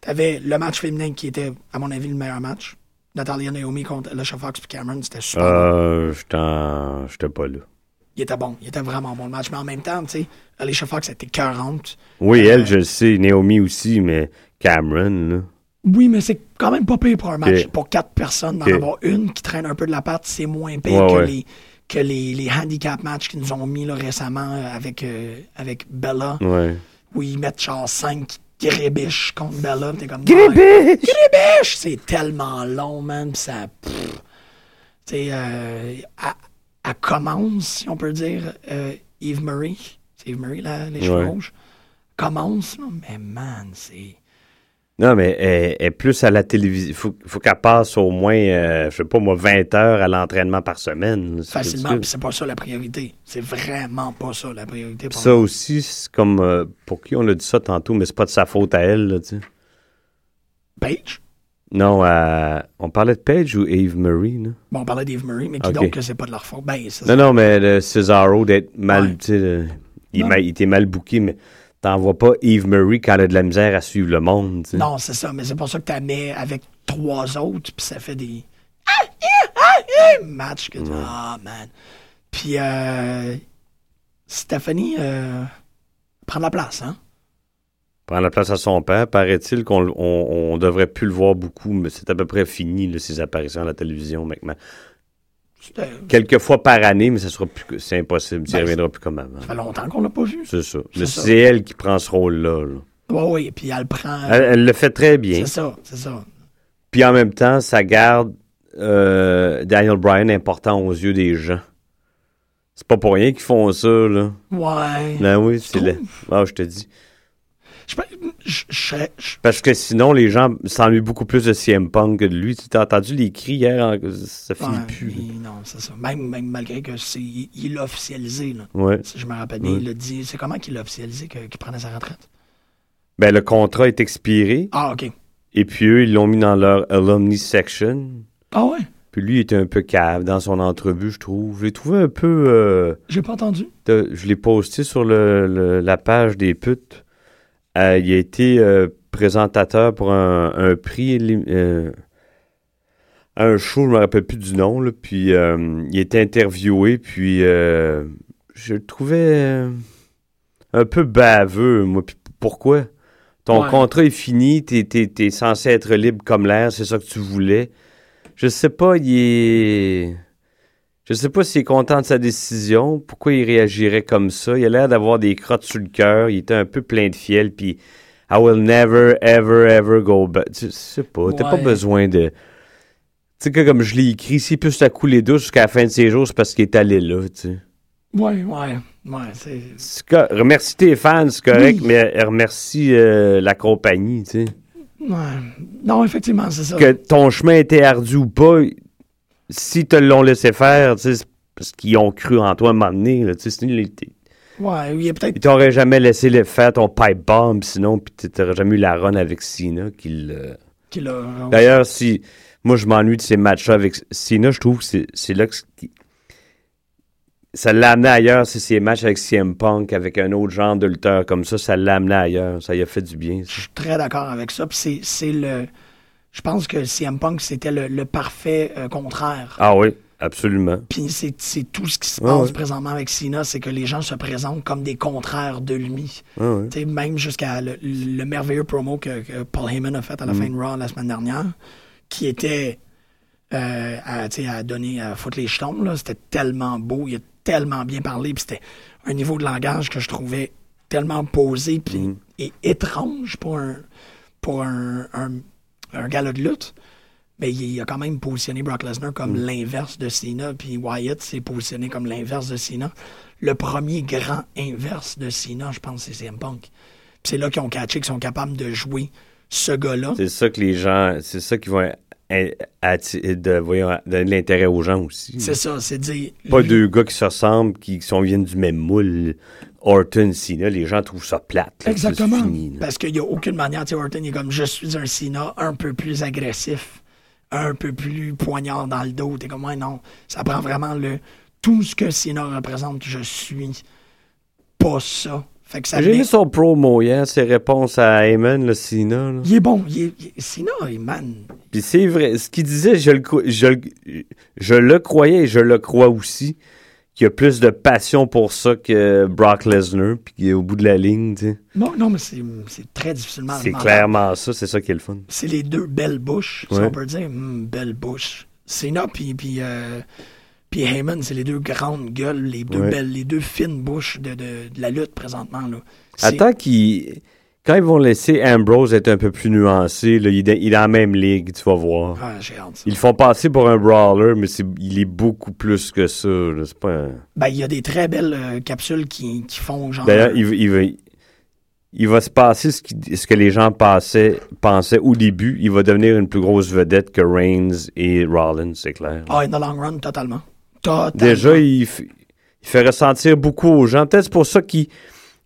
T'avais le match féminin qui était, à mon avis, le meilleur match. Natalia Naomi contre Alicia Fox puis Cameron, c'était super bon. Euh, j'étais en- j'étais pas là. Il était bon, il était vraiment bon le match. Mais en même temps, tu sais, Alicia Fox était 40. Oui, Euh, elle, je le sais. Naomi aussi, mais Cameron, là. Oui, mais c'est quand même pas pire pour un match. Ok. Pour quatre personnes, d'en Ok. avoir une qui traîne un peu de la patte, c'est moins pire Ouais, que, ouais. Les, que les, les handicap matchs qu'ils nous ont mis là, récemment euh, avec, euh, avec Bella. Ouais. où ils mettent genre 5 grébiches contre Bella. pis T'es comme. Ouais, Gribiche! Grébiche! C'est tellement long, man. pis ça. pff. Tu sais, euh, elle- elle commence, si on peut dire, euh, Eve Murray. C'est Eve Murray, là, les cheveux Ouais. rouges. Commence, là, mais man, c'est. Non, mais elle, elle est plus à la télévision. Il faut, faut qu'elle passe au moins, euh, je sais pas moi, 20 heures à l'entraînement par semaine. là, c'est Facilement, ridicule. pis c'est pas ça la priorité. C'est vraiment pas ça la priorité. pour Ça moi. aussi, c'est comme. euh, pour qui on a dit ça tantôt, mais c'est pas de sa faute à elle, là, tu sais. Paige? Non, euh, on parlait de Page ou Eve Marie, là? Bon, on parlait d'Eve Murray, mais qui Ok. donc que c'est pas de leur faute. Ben, ça, Non, non, mais le Cesaro, d'être mal. Ouais. tu sais, le- il, Non. ma- il était mal booké, mais t'en vois pas Eve Murray quand elle a de la misère à suivre le monde. tu sais. Non, c'est ça, mais c'est pour ça que t'as mets avec trois autres, puis ça fait des matchs que tu- Ah, man. Puis, euh, Stéphanie euh, prend la place, hein? Prendre la place à son père, paraît-il qu'on l- on, on devrait plus le voir beaucoup, mais c'est à peu près fini, là, ses apparitions à la télévision maintenant. C'était- Quelques fois par année, mais ça sera plus que- c'est impossible. Ça Ben, reviendra plus comme avant. Ça fait longtemps qu'on l'a pas vu. C'est ça. c'est Mais ça. C'est elle qui prend ce rôle-là. là. Oui, oui, puis elle prend. Elle, elle le fait très bien. Ah. c'est ça, c'est ça. Puis en même temps, ça garde euh, Daniel Bryan important aux yeux des gens. C'est pas pour rien qu'ils font ça, là. Ouais. Ben oui, c'est trouves? le. Ah, je te dis. Je pense- je- je- je- Parce que sinon, les gens s'ennuient beaucoup plus de CM Punk que de lui. Tu t'as entendu les cris hier, en- ça finit ouais, plus. mais non, c'est ça. Même, même malgré que c'est. Il il l'a officialisé, là. là. Ouais. Si je me rappelle bien, Ouais. il l'a dit. C'est comment qu'il l'a officialisé que- qu'il prenait sa retraite? Ben, le contrat est expiré, Ah, OK. et puis eux, ils l'ont mis dans leur alumni section. Ah, ouais. Puis lui, il était un peu cave dans son entrevue, je trouve. Je l'ai trouvé un peu. euh, J'ai pas entendu. T'as- je l'ai posté sur le- le- la page des putes. Euh, il a été euh, présentateur pour un, un prix, éli- euh, un show, je me rappelle plus du nom. là, puis euh, il a été interviewé, puis euh, je le trouvais euh, un peu baveux, moi. Puis pourquoi? Ton Ouais. contrat est fini, t'es es, censé être libre comme l'air, c'est ça que tu voulais. Je sais pas, il est... Je sais pas s'il est content de sa décision, pourquoi il réagirait comme ça. Il a l'air d'avoir des crottes sur le cœur, il était un peu plein de fiel, puis « I will never, ever, ever go back ». Tu sais pas, t'as pas Ouais. besoin de... Tu sais que comme je l'ai écrit, s'il peut se la couler douce jusqu'à la fin de ses jours, c'est parce qu'il est allé là, tu sais. Ouais, ouais. Ouais, c'est. C'est co- Remercie tes fans, c'est correct, Oui. mais remercie euh, la compagnie, tu sais. Ouais. Non, effectivement, c'est ça. que ton chemin était ardu ou pas, si te l'ont laissé faire, tu sais, c'est parce qu'ils ont cru en toi à un moment donné, là, tu sais, sinon, ils t- Ouais, il y a peut-être. ils t'auraient jamais laissé le faire ton pipe bomb, sinon, puis tu t'aurais jamais eu la run avec Cena. qu'il, euh, qu'il a- D'ailleurs, si moi, je m'ennuie de ces matchs-là avec Cena, je trouve que c'est- c'est là que ce qui- ça l'a amené ailleurs, c'est ces matchs avec CM Punk, avec un autre genre de lutteur comme ça, ça l'a amené ailleurs, ça lui a fait du bien. ça. Je suis très d'accord avec ça. Puis c'est, c'est le. Je pense que CM Punk, c'était le, le parfait euh, contraire. Ah oui, absolument. Puis c'est, c'est tout ce qui se Ouais, passe ouais. présentement avec Cena, c'est que les gens se présentent comme des contraires de lui. Ah ouais. Tu sais, même jusqu'à le, le merveilleux promo que, que Paul Heyman a fait Mm. à la fin de Raw la semaine dernière, qui était euh, à, tu sais, à donner à foutre les jetons. là. C'était tellement beau, il a tellement bien parlé, puis c'était un niveau de langage que je trouvais tellement posé puis Mm. et étrange pour un pour un, un, un gala de lutte. Mais il, il a quand même positionné Brock Lesnar comme Mm. l'inverse de Cena, puis Wyatt s'est positionné comme l'inverse de Cena. Le premier grand inverse de Cena, je pense, c'est CM Punk. Puis c'est là qu'ils ont catché qu'ils sont capables de jouer ce gars-là. C'est ça que les gens, c'est ça qui va euh, atti- de, voyons, donner de l'intérêt aux gens aussi. C'est ça, c'est dire. Pas deux gars qui se ressemblent, qui sont, viennent du même moule. Orton, Cena, les gens trouvent ça plate. là, Exactement. C'est fini, là. Parce qu'il n'y a aucune manière. Tu sais, Orton il est comme je suis un Cena un peu plus agressif, un peu plus poignard dans le dos. T'es comme, ouais, non. Ça prend vraiment le tout ce que Cena représente. Je suis pas ça. Fait que ça J'ai met- vu son promo hier, ses réponses à Heyman, le Cena. là. Il est bon. Il est- il est- Cena, il- man. Puis c'est vrai, ce qu'il disait, je le, cro- je, le- je le croyais et je le crois aussi, qu'il y a plus de passion pour ça que Brock Lesnar, puis qu'il est au bout de la ligne, tu sais. Non, non mais c'est c'est très difficilement. C'est argumentable. clairement ça, c'est ça qui est le fun. C'est les deux belles bouches, si Ouais. on peut dire. Hum, belle bouche. Cena puis puis euh, puis Heyman, c'est les deux grandes gueules, les deux Ouais. belles, les deux fines bouches de, de- de la lutte présentement là. C'est- Attends qu'ils. Quand ils vont laisser Ambrose être un peu plus nuancé, là, il, est dans- il est dans la même ligue, tu vas voir. Ah, j'ai hâte. ça. Ils le font passer pour un brawler, mais c'est- il est beaucoup plus que ça. là. C'est pas un- Ben, il y a des très belles euh, capsules qui, qui font genre. D'ailleurs, Ben, il, va- il va, il va se passer ce, qui- ce que les gens passaient- pensaient au début. Il va devenir une plus grosse vedette que Reigns et Rollins, c'est clair. Ah, in the long run, totalement. Totalement. Déjà, il, f- il fait ressentir beaucoup aux gens. Peut-être c'est pour ça qu'il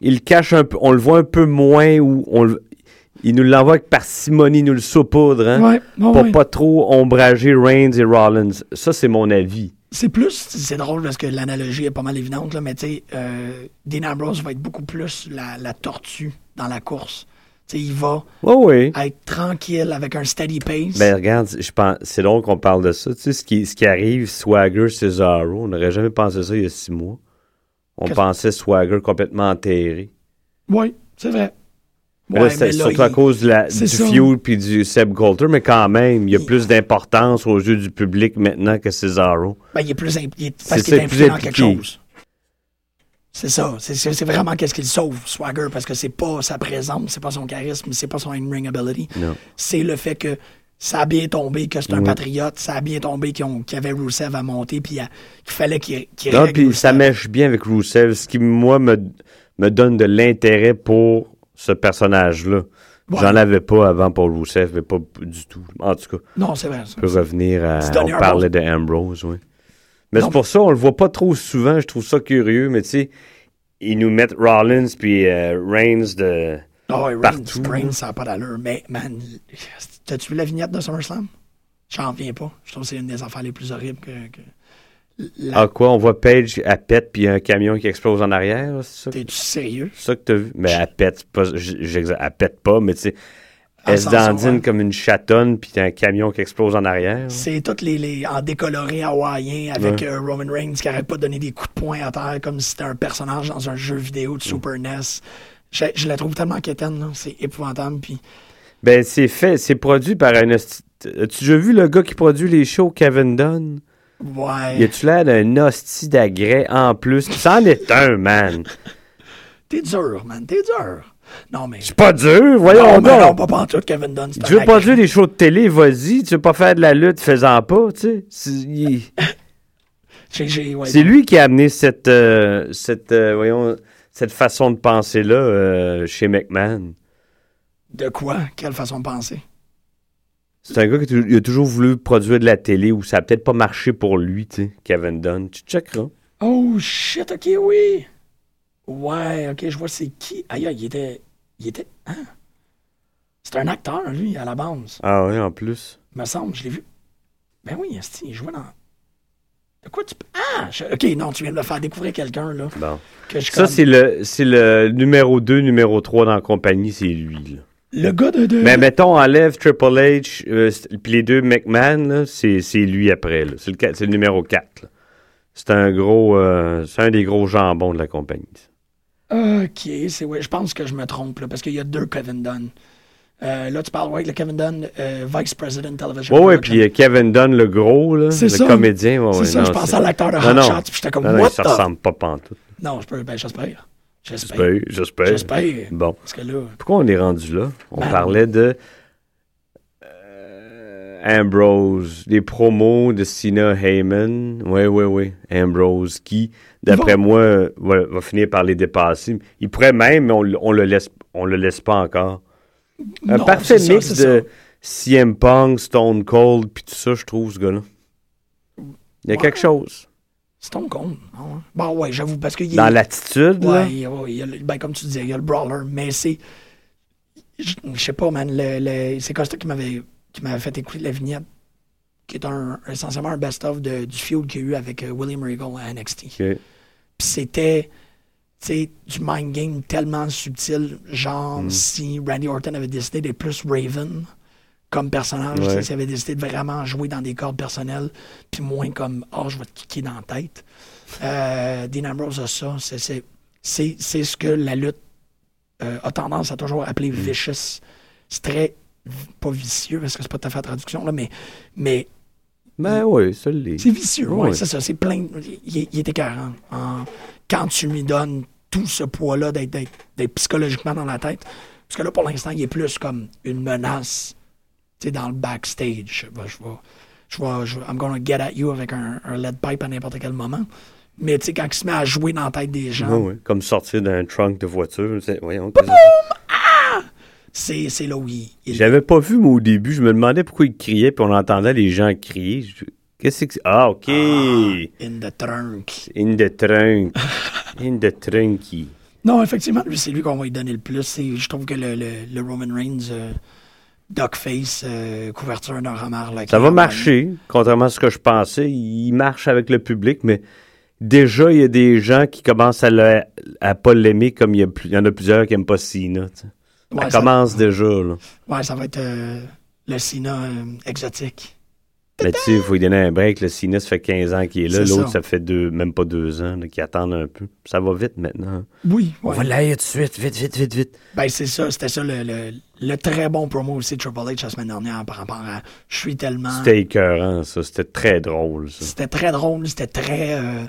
il le cache un peu. On le voit un peu moins ou on le- Il nous l'envoie avec parcimonie, il nous le saupoudre, hein? Ouais, bon, pour ouais. pas trop ombrager Reigns et Rollins. Ça, c'est mon avis. C'est plus, c'est drôle parce que l'analogie est pas mal évidente, là, mais tu sais, euh, Dean Ambrose va être beaucoup plus la, la tortue dans la course. Tu sais, il va Oui, oui. être tranquille avec un steady pace. Ben regarde, je pense, c'est drôle qu'on parle de ça. Tu sais, ce qui, ce qui arrive, Swagger, Cesaro, on n'aurait jamais pensé ça il y a six mois. On Qu'est-ce- pensait Swagger complètement enterré. oui, c'est vrai. Mais là, Ouais, c'est mais là, surtout il- à cause de la, du c'est ça. Fuel puis du Seb Coulter, mais quand même, il y a Il- plus d'importance aux yeux du public maintenant que Cesaro. Ben, il est plus impliqué C'est parce ça, qu'il il est est impliqué plus dans quelque impliqué. chose. C'est ça. C'est- C'est c'est vraiment qu'est-ce qu'il sauve, Swagger, parce que c'est pas sa présence, c'est pas son charisme, c'est pas son in-ring ability. Non. C'est le fait que ça a bien tombé que c'est un Oui. patriote, ça a bien tombé qu'ils ont- qu'il y avait Rousseff à monter, puis à- qu'il fallait qu'il qu'il Non, règle puis Rusev. ça mèche bien avec Rousseff, ce qui, moi, me, me donne de l'intérêt pour ce personnage-là. Ouais. J'en avais pas avant pour Rousseff, mais pas p- du tout. En tout cas, Non, c'est vrai. ça. on peut revenir à. C'est Tony On parlait de Ambrose, oui. Mais Non. c'est pour ça, on le voit pas trop souvent. Je trouve ça curieux, mais tu sais, ils nous mettent Rollins puis euh, Reigns de. Ah ouais, Partout. Reigns, Reigns, ça n'a pas d'allure. Mais, man, t'as-tu vu la vignette de SummerSlam? J'en reviens pas. Je trouve que c'est une des affaires les plus horribles que. que- La- Ah quoi, on voit Paige, à pète, puis il y a un camion qui explose en arrière, là, c'est ça? T'es-tu sérieux? C'est ça que t'as vu? Mais elle pète, c'est pas, j- j'exa- elle pète pas, mais tu sais, En elle se sens, dandine Ah, ouais. comme une chatonne, puis t'as un camion qui explose en arrière. C'est toutes les, les- en décoloré hawaïen avec euh, Roman Reigns qui arrête pas de donner des coups de poing à terre comme si c'était un personnage dans un jeu vidéo Mm. de Super NES. Je, je la trouve tellement quétaine, là. c'est épouvantable. Puis Ben, c'est fait, c'est produit par un... hostie- As-tu déjà vu le gars qui produit les shows, Kevin Dunn? Y ouais, a-tu l'air d'un hostie d'agrès en plus? C'en est un, man! t'es dur, man, t'es dur. Non mais C'est pas dur, non, voyons mais non, donc! pas pantoute, Kevin Dunn. c'est tu un veux pas agré- dire des shows de télé, vas-y. Tu veux pas faire de la lutte, fais-en pas, tu sais. C'est- il- J'ai- j'ai- ouais. C'est lui qui a amené cette, euh, cette, euh, voyons, cette façon de penser-là euh, chez McMahon. De quoi? Quelle façon de penser? C'est un gars qui a tou- il a toujours voulu produire de la télé où ça a peut-être pas marché pour lui, tu sais, Kevin Dunn. Tu checkeras. Oh shit, ok, oui. Ouais, ok, je vois c'est qui. Aïe, aïe, il était. Il était. Hein? C'est un acteur, lui, à la base. Ah oui, en plus. Me semble, je l'ai vu. Ben oui, esti, il jouait dans. De quoi tu. Ah! je- Ok, non, tu viens de me faire découvrir quelqu'un, là. Bon. Que je Ça, connais. c'est le, c'est le numéro 2, numéro 3 dans la compagnie, c'est lui. là. Le gars de. de- Mais mettons, enlève Triple H, euh, c'est- puis les deux McMahon, là, c'est, c'est lui après. là. C'est, le, quat- c'est le numéro 4. là. C'est un gros, euh, c'est un des gros jambons de la compagnie. Ok, c'est ouais. Je pense que je me trompe, là, parce qu'il y a deux Kevin Dunn. Euh, là, tu parles, ouais, le Kevin Dunn, euh, Vice President Television. Ouais, ouais, Production. puis euh, Kevin Dunn, le gros, là, le C'est ça. comédien. ouais, C'est ouais, ça, non, je pensais c'est- à l'acteur de Non, Hot non. Shots, puis j'étais comme, Non, non, what ils se the- ressemblent pas pantoute. Non, je peux, ben, j'espère. J'espère. Ben, J'espère, j'espère. J'espère. Bon, Parce que là, pourquoi on est rendu là? On Ben. parlait de euh, Ambrose, des promos de Cena Heyman. Oui, oui, oui. Ambrose qui, d'après moi, euh, va, va finir par les dépasser. Il pourrait même, mais on, l- on le laisse on le laisse pas encore. Un Non, parfait c'est ça, mix c'est de CM Punk, Stone Cold, puis tout ça, je trouve, ce gars-là. Il y a Ouais. quelque chose. c'est ton compte. Ah ouais. Bon, ouais, j'avoue, parce que. il dans est- l'attitude, là. Ouais, il y a- ouais, il y a le- ben, comme tu disais, il y a le brawler, mais c'est. Je je sais pas, man. le- le- c'est Costa qui m'avait qui m'avait fait écouter la vignette, qui est un, essentiellement un best-of de- du feud qu'il y a eu avec euh, William Regal à NXT. Ok. Puis c'était tu sais, du mind game tellement subtil, genre si Randy Orton avait décidé d'être plus Raven comme personnage, tu sais, Ouais. s'il avait décidé de vraiment jouer dans des cordes personnelles, puis moins comme « Oh, je vais te kicker dans la tête Euh, Dean Ambrose a ça. C'est- C'est c'est- c'est ce que la lutte euh, a tendance à toujours appeler vicious ». C'est très, pas vicieux, parce que c'est pas ta fait la traduction, là, mais, mais Ben oui, ça l'est. c'est vicieux, ouais, Ouais. c'est ça. C'est plein. de- Il, il- il est écœurant. En- quand tu lui donnes tout ce poids-là d'être- d'être d'être psychologiquement dans la tête, parce que là, pour l'instant, il est plus comme une menace, tu sais, dans le backstage. Je vais, je vais, je vais, je vais- I'm gonna get at you avec un, un lead pipe à n'importe quel moment. Mais tu sais, quand il se met à jouer dans la tête des gens, Ouais, Ah ouais. Comme sortir d'un trunk de voiture. c'est- Voyons, qu'est-ce que- c'est c'est là où il, il- J'avais pas vu, moi, au début. Je me demandais pourquoi il criait, puis on entendait les gens crier. Je- Qu'est-ce que c'est? Ah, OK! in the trunk. In the trunk. In the trunky. Non, effectivement, lui, c'est lui qu'on va lui donner le plus. C'est- Je trouve que le, le- le Roman Reigns, euh, Duckface, euh, couverture d'un homard. là, Ça qui- va marcher, contrairement à ce que je pensais. Il marche avec le public, mais déjà, il y a des gens qui commencent à, le- à pas l'aimer comme il y, a plus- il y en a plusieurs qui n'aiment pas Cena. tu sais. Ouais, ça ça- commence déjà. Là. Ouais, ça va être euh, le Sina euh, exotique. Mais tu sais, il faut lui donner un break. Le Cena, ça fait 15 ans qu'il est là. C'est L'autre, ça. ça fait deux, même pas deux ans, là, qu'il attend un peu. Ça va vite maintenant. hein. Oui, On ouais. va l'aller tout de suite, vite, vite, vite, vite. Ben, c'est ça, c'était ça le, le, le très bon promo aussi de Triple H la semaine dernière par rapport à Je suis tellement. C'était écœurant, ça. C'était très drôle, ça. C'était très drôle, c'était très. euh,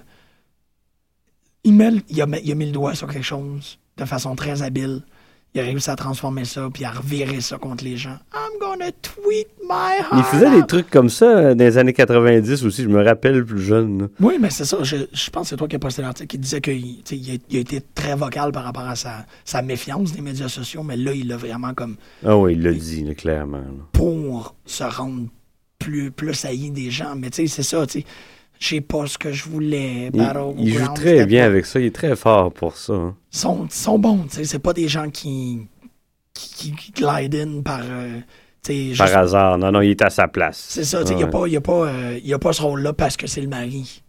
Il, met- il a, il a mis le doigt sur quelque chose de façon très habile. Il a réussi à transformer ça puis à revirer ça contre les gens. I'm gonna tweet my heart. Il faisait des out. trucs comme ça euh, dans les années 90 aussi. Je me rappelle plus jeune. là. Oui, mais c'est ça. Je, je pense que c'est toi qui as posté l'article qui disait qu'il tu sais, il a, il a été très vocal par rapport à sa, sa méfiance des médias sociaux, mais là, il l'a vraiment comme Ah oui, il l'a dit, là, clairement. là. pour se rendre plus, plus haï des gens. Mais tu sais, c'est ça, tu sais. Je sais pas ce que je voulais. Il, Battleground, il joue c'était très bien pas- avec ça. Il est très fort pour ça. hein. Ils sont, ils sont bons, tu sais. C'est pas des gens qui, qui, qui glide in par. euh, tu sais, Par juste- hasard. Non, non, il est à sa place. C'est ça, tu sais, Ah il n'y a, ouais. pas- y a, pas, euh, y a pas ce rôle-là parce que c'est le mari.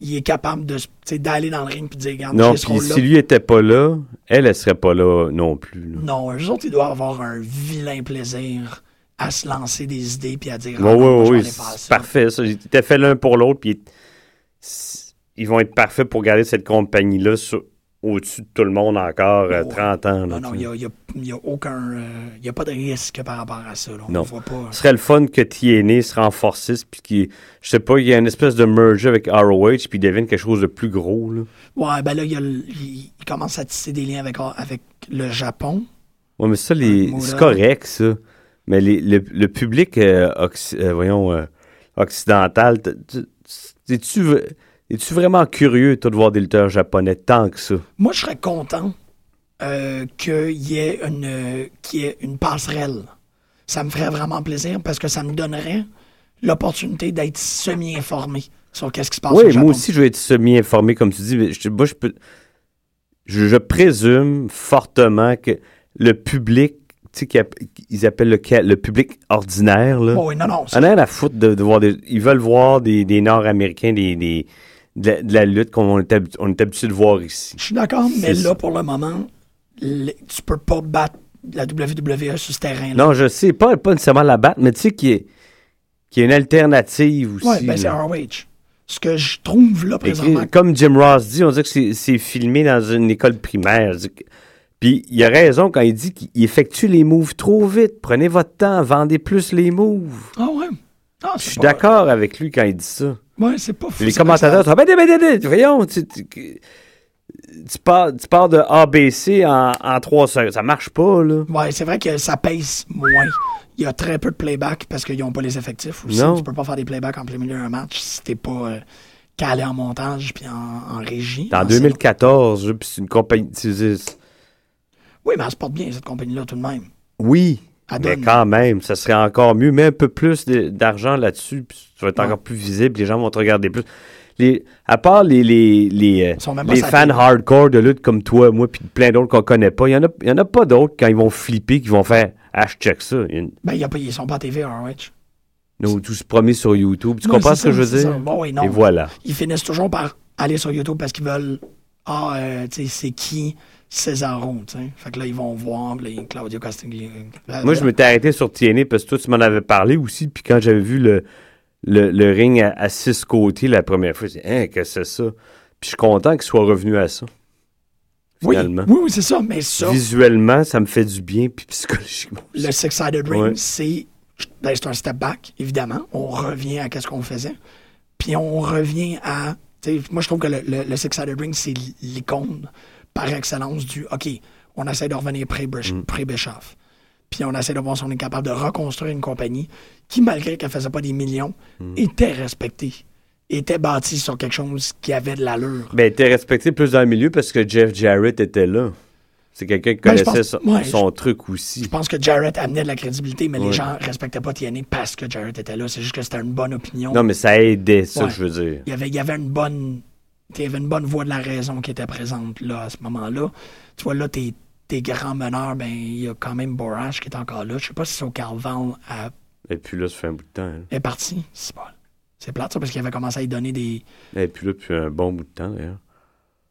Il est capable de se- tu sais, d'aller dans le ring et de dire, regarde, Non, j'ai ce puis rôle-là. si lui était pas là, elle, elle serait pas là non plus. là. Non, eux autres, ils doivent avoir un vilain plaisir à se lancer des idées puis à dire. Oui, Ah, moi, oui, j'en ai oui. pas assez. C'est parfait. Ça. Ils étaient faits l'un pour l'autre, puis ils- ils vont être parfaits pour garder cette compagnie-là sur- au-dessus de tout le monde encore euh, Ouais. 30 ans. là, Oh, Non, non, tu il sais. n'y a, y a- y a aucun. euh, Il n'y a pas de risque par rapport à ça. là. On Non. voit pas. Ce serait le fun que TNA se renforcisse, puis qu'il, je sais pas, il y a une espèce de merger avec ROH, puis il devienne quelque chose de plus gros. Là. Ouais, ben là, il y a le- il il commence à tisser des liens avec, avec le Japon. Ouais, mais ça, les... Moulin. c'est correct, ça. Mais les- le, le public, euh, occ- euh, voyons, euh, occidental, t- t- t- es-tu v- es-tu vraiment curieux, toi, de voir des lutteurs japonais tant que ça? Moi, je serais content euh, qu'il y, ait une, euh, qu'il y ait une passerelle. Ça me ferait vraiment plaisir parce que ça me donnerait l'opportunité d'être semi-informé sur qu'est-ce qui se passe au Oui, Japon. moi aussi, je vais être semi-informé, comme tu dis. Mais je, moi, je, peux- je- je présume fortement que le public, tu sais, qu'ils app- qu'ils appellent le, ca- le public ordinaire, là, Oh, oui, non, non. ça- on a la foutre de, de voir des, Ils veulent voir des, des Nord-Américains, des, des- de, la, de la lutte qu'on est, habitu- on est habitué de voir ici. Je suis d'accord, mais C'est là, ça. pour le moment, le- tu peux pas battre la WWE sur ce terrain-là. Non, je sais, pas, pas nécessairement la battre, mais tu sais qu'il y, a- qu'il y a une alternative aussi. Ouais, ben c'est là. ROH. Ce que je trouve là Écrit- présentement, comme Jim Ross dit, on dirait que c'est- c'est filmé dans une école primaire. Je dis que- Puis il a raison quand il dit qu'il effectue les moves trop vite. Prenez votre temps, vendez plus les moves. ah ouais. Ah, c'est Je suis pas- d'accord avec lui quand il dit ça. Ouais, c'est pas fou. Les c'est pas commentateurs ça. sont, ben, ben, ben, ben, voyons, tu, tu- que- tu pars, tu pars de ABC en, en trois secondes. Ça marche pas, là. Ouais, c'est vrai que ça pèse moins. Il y a très peu de playback parce qu'ils n'ont pas les effectifs aussi. Non. Tu peux pas faire des playbacks en plein milieu d'un match si t'es pas euh, calé en montage puis en, en régie. Ah, En En 2014, là, puis c'est une compagnie. tu sais, c'est- scénario. Oui, mais elle se porte bien, cette compagnie-là, tout de même. Oui, Elle mais donne. quand même, ça serait encore mieux. Mets un peu plus de- d'argent là-dessus, puis tu vas être Ouais. encore plus visible, les gens vont te regarder plus. Les, à part les, les, les, euh, Ils sont même pas les sur fans la télé. hardcore de lutte comme toi, moi, puis plein d'autres qu'on connaît pas, il n'y en, a- il y en a pas d'autres quand ils vont flipper, qui vont faire Ah, je check ça. Il y en- Ben, y a pas, ils sont pas à TV, ROH. Nous tous promis sur YouTube. Tu Non, comprends c'est ce que ça, je c'est veux ça. dire? Bon, oui, non. Et voilà. ils finissent toujours par aller sur YouTube parce qu'ils veulent ah euh, tu sais c'est qui Césaro tu sais fait que là ils vont voir puis là, Claudio Castagnoli Moi, je m'étais arrêté sur TNA parce que toi, tu m'en avais parlé aussi. Puis quand j'avais vu le, le, le ring à, à six côtés la première fois, j'ai dit, hein, qu'est-ce que c'est ça? Puis je suis content qu'il soit revenu à ça. oui finalement. oui, oui, c'est ça mais ça Visuellement, ça me fait du bien, puis psychologiquement. aussi. le six sided ring Ouais. c'est ben, c'est un step back évidemment on revient à qu'est-ce qu'on faisait puis on revient à tu sais, moi je trouve que le, six sided ring c'est l'icône par excellence du ok on essaie de revenir pré Mm. Bischoff puis on essaie de voir si on est capable de reconstruire une compagnie qui, malgré qu'elle faisait pas des millions, Mm. était respectée, était bâtie sur quelque chose qui avait de l'allure. Ben, t'es respecté plus dans le milieu parce que Jeff Jarrett était là. C'est quelqu'un qui Ben, je connaissait pense- son, ouais, son truc aussi. Je pense que Jarrett amenait de la crédibilité, mais les Ouais. gens respectaient pas TNA parce que Jarrett était là. C'est juste que c'était une bonne opinion. Non, mais ça aidait, ça Ouais. que je veux dire. Il, y avait, il y avait une bonne il y avait une bonne voix de la raison qui était présente là à ce moment-là. Tu vois, là, tes, tes grands meneurs, ben, il y a quand même Borash qui est encore là. Je sais pas si son Carval a- Et puis là, ça fait un bout de temps. hein. est parti. C'est pas. C'est plate, ça, parce qu'il avait commencé à lui donner des. Et puis là, depuis un bon bout de temps, d'ailleurs.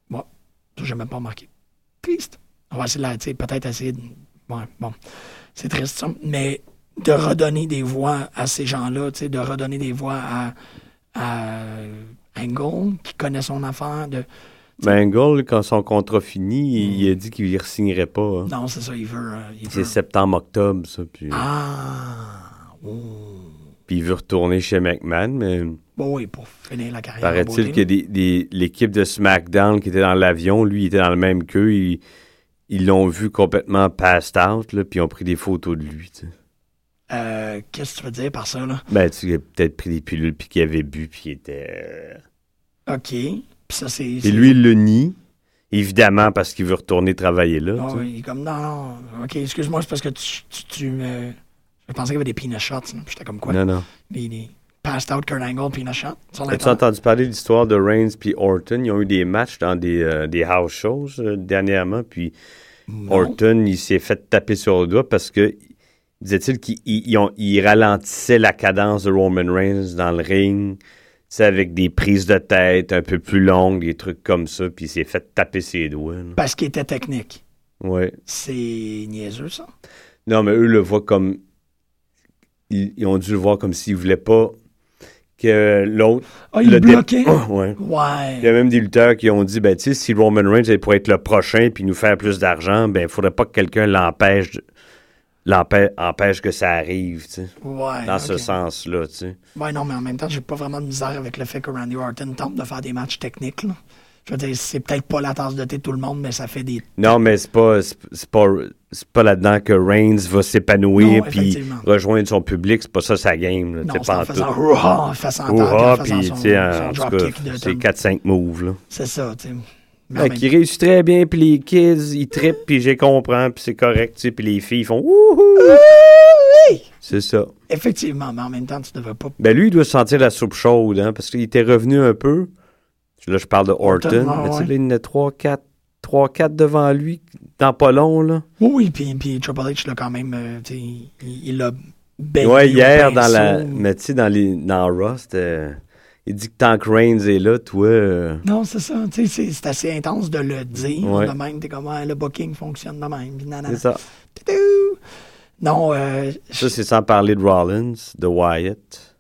Ça, J'ai même pas remarqué. Triste. On va essayer de la- tu sais, peut-être essayer de... Ouais, bon. C'est triste, ça. Mais de redonner des voix à ces gens-là, tu sais, de redonner des voix à, à Angle, qui connaît son affaire, de... Mangle, quand son contrat finit, il- Mm. il a dit qu'il ne re-signerait pas. hein. Non, c'est ça, il veut... euh, il C'est veut- septembre-octobre, ça. Puis, Ah! Oh. puis il veut retourner chez McMahon, mais Bon, oui, pour finir la carrière. en paraît-il beauté, que des- des- l'équipe de SmackDown qui était dans l'avion, lui, il était dans le même queue. Ils, ils l'ont vu complètement passed out, là, puis ils ont pris des photos de lui. tu sais. là. Euh, Qu'est-ce que tu veux dire par ça, là? Ben, tu sais, il a peut-être pris des pilules, puis qu'il avait bu, puis il était. OK. Puis ça, c'est... Et c'est- lui, il le nie, évidemment, parce qu'il veut retourner travailler là. Ah tu sais. oui, il est comme, non, non, OK, excuse-moi, c'est parce que tu, tu, tu me... Je pensais qu'il y avait des peanut shots, là, puis j'étais comme quoi? Non, non. les, les passed out Kurt Angle puis Shot. Sur As-tu entendu parler de l'histoire de Reigns puis Orton? Ils ont eu des matchs dans des, euh, des house shows euh, dernièrement, puis Orton, il s'est fait taper sur le doigt parce que, disait-il, qu'il il- ils ont- il ralentissait la cadence de Roman Reigns dans le ring, tu sais, avec des prises de tête un peu plus longues, des trucs comme ça, puis il s'est fait taper ses doigts. là. Parce qu'il était technique. Ouais. C'est niaiseux, ça. Non, mais eux le voient comme. Ils, ils ont dû le voir comme s'ils voulaient pas que l'autre. Ah, il le dé- bloquait. ouais. Il y Ouais. a même des lutteurs qui ont dit, ben, tu sais, si Roman Reigns elle, pourrait être le prochain puis nous faire plus d'argent, ben, il faudrait pas que quelqu'un l'empêche de- l'empê- empêche que ça arrive, tu sais, Ouais. dans ce Ah, ok. sens-là, tu sais. Ouais, Ben non, mais en même temps, j'ai pas vraiment de misère avec le fait que Randy Orton tente de faire des matchs techniques, là. Je veux dire, c'est peut-être pas la tasse de thé de tout le monde, mais ça fait des. Non, mais c'est pas, c'est c'est pas, c'est pas là-dedans que Reigns va s'épanouir Non, puis effectivement. rejoindre son public, c'est pas ça sa game, là, tu Non, sais, c'est pas en en faisant tout. hurrah, en faisant Hurrah, tag, en faisant puis, son, tu sais, son en tout cas, dropkick de Ben c'est Tom. 4-5 moves, là. C'est ça, tu sais. Mais en Fait même- qu'il réussit très bien, puis les kids, ils trippent, puis j'ai comprends, puis c'est correct, tu sais, puis les filles ils font wouhou! C'est ça. Effectivement, mais en même temps, tu devrais pas. Ben lui, il doit sentir la soupe chaude, hein, parce qu'il était revenu un peu. Là, je parle de Orton, Orton, ah mais tu sais, ouais. là, il y en a 3 4 3 4 devant lui dans pas long là. Oui, oui, puis, puis Triple H, là, quand même, euh, tu sais, il il l'a baigné. au ouais, hier dans la pinceau. mais tu sais dans les dans Raw, c'était- il dit que tant que Reigns est là, toi euh, Non, c'est ça. Tu sais, c'est- c'est assez intense de le dire. Ouais. De même, t'es comme, Ah, le booking fonctionne de même. puis nanana. c'est ça. Tadou! Non, euh, Ça c'est sans parler de Rollins, de Wyatt,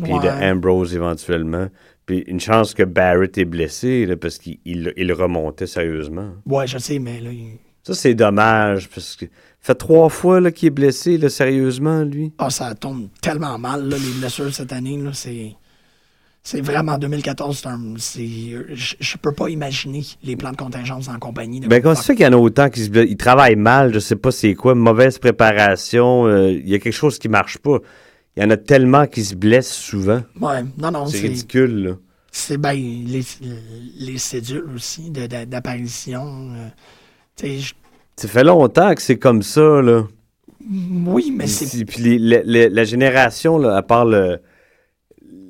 puis ouais. de Ambrose éventuellement. Puis une chance que Barrett est blessé là, parce qu'il il, il remontait sérieusement. Ouais, je sais, mais là, il- Ça, c'est dommage, parce que fait trois fois là, qu'il est blessé, là, sérieusement, lui. ah, ça tombe tellement mal, là, les blessures cette année. là, C'est c'est vraiment 2014. c'est un- c'est- Je je peux pas imaginer les plans de contingence en compagnie. de- Ben, comment ça se fait qu'il y en a autant qui se blessent? Ils travaillent mal, je sais pas c'est quoi, mauvaise préparation, euh, il y a quelque chose qui marche pas. Il y en a tellement qui se blessent souvent. Ouais, non, non, C'est c'est. ridicule, là. C'est ben les, les cédules aussi de- de- d'apparition. euh, tu sais, je- Ça fait longtemps que c'est comme ça, là. oui, mais c'est Puis- Puis les- les- les- la génération, là, à part le-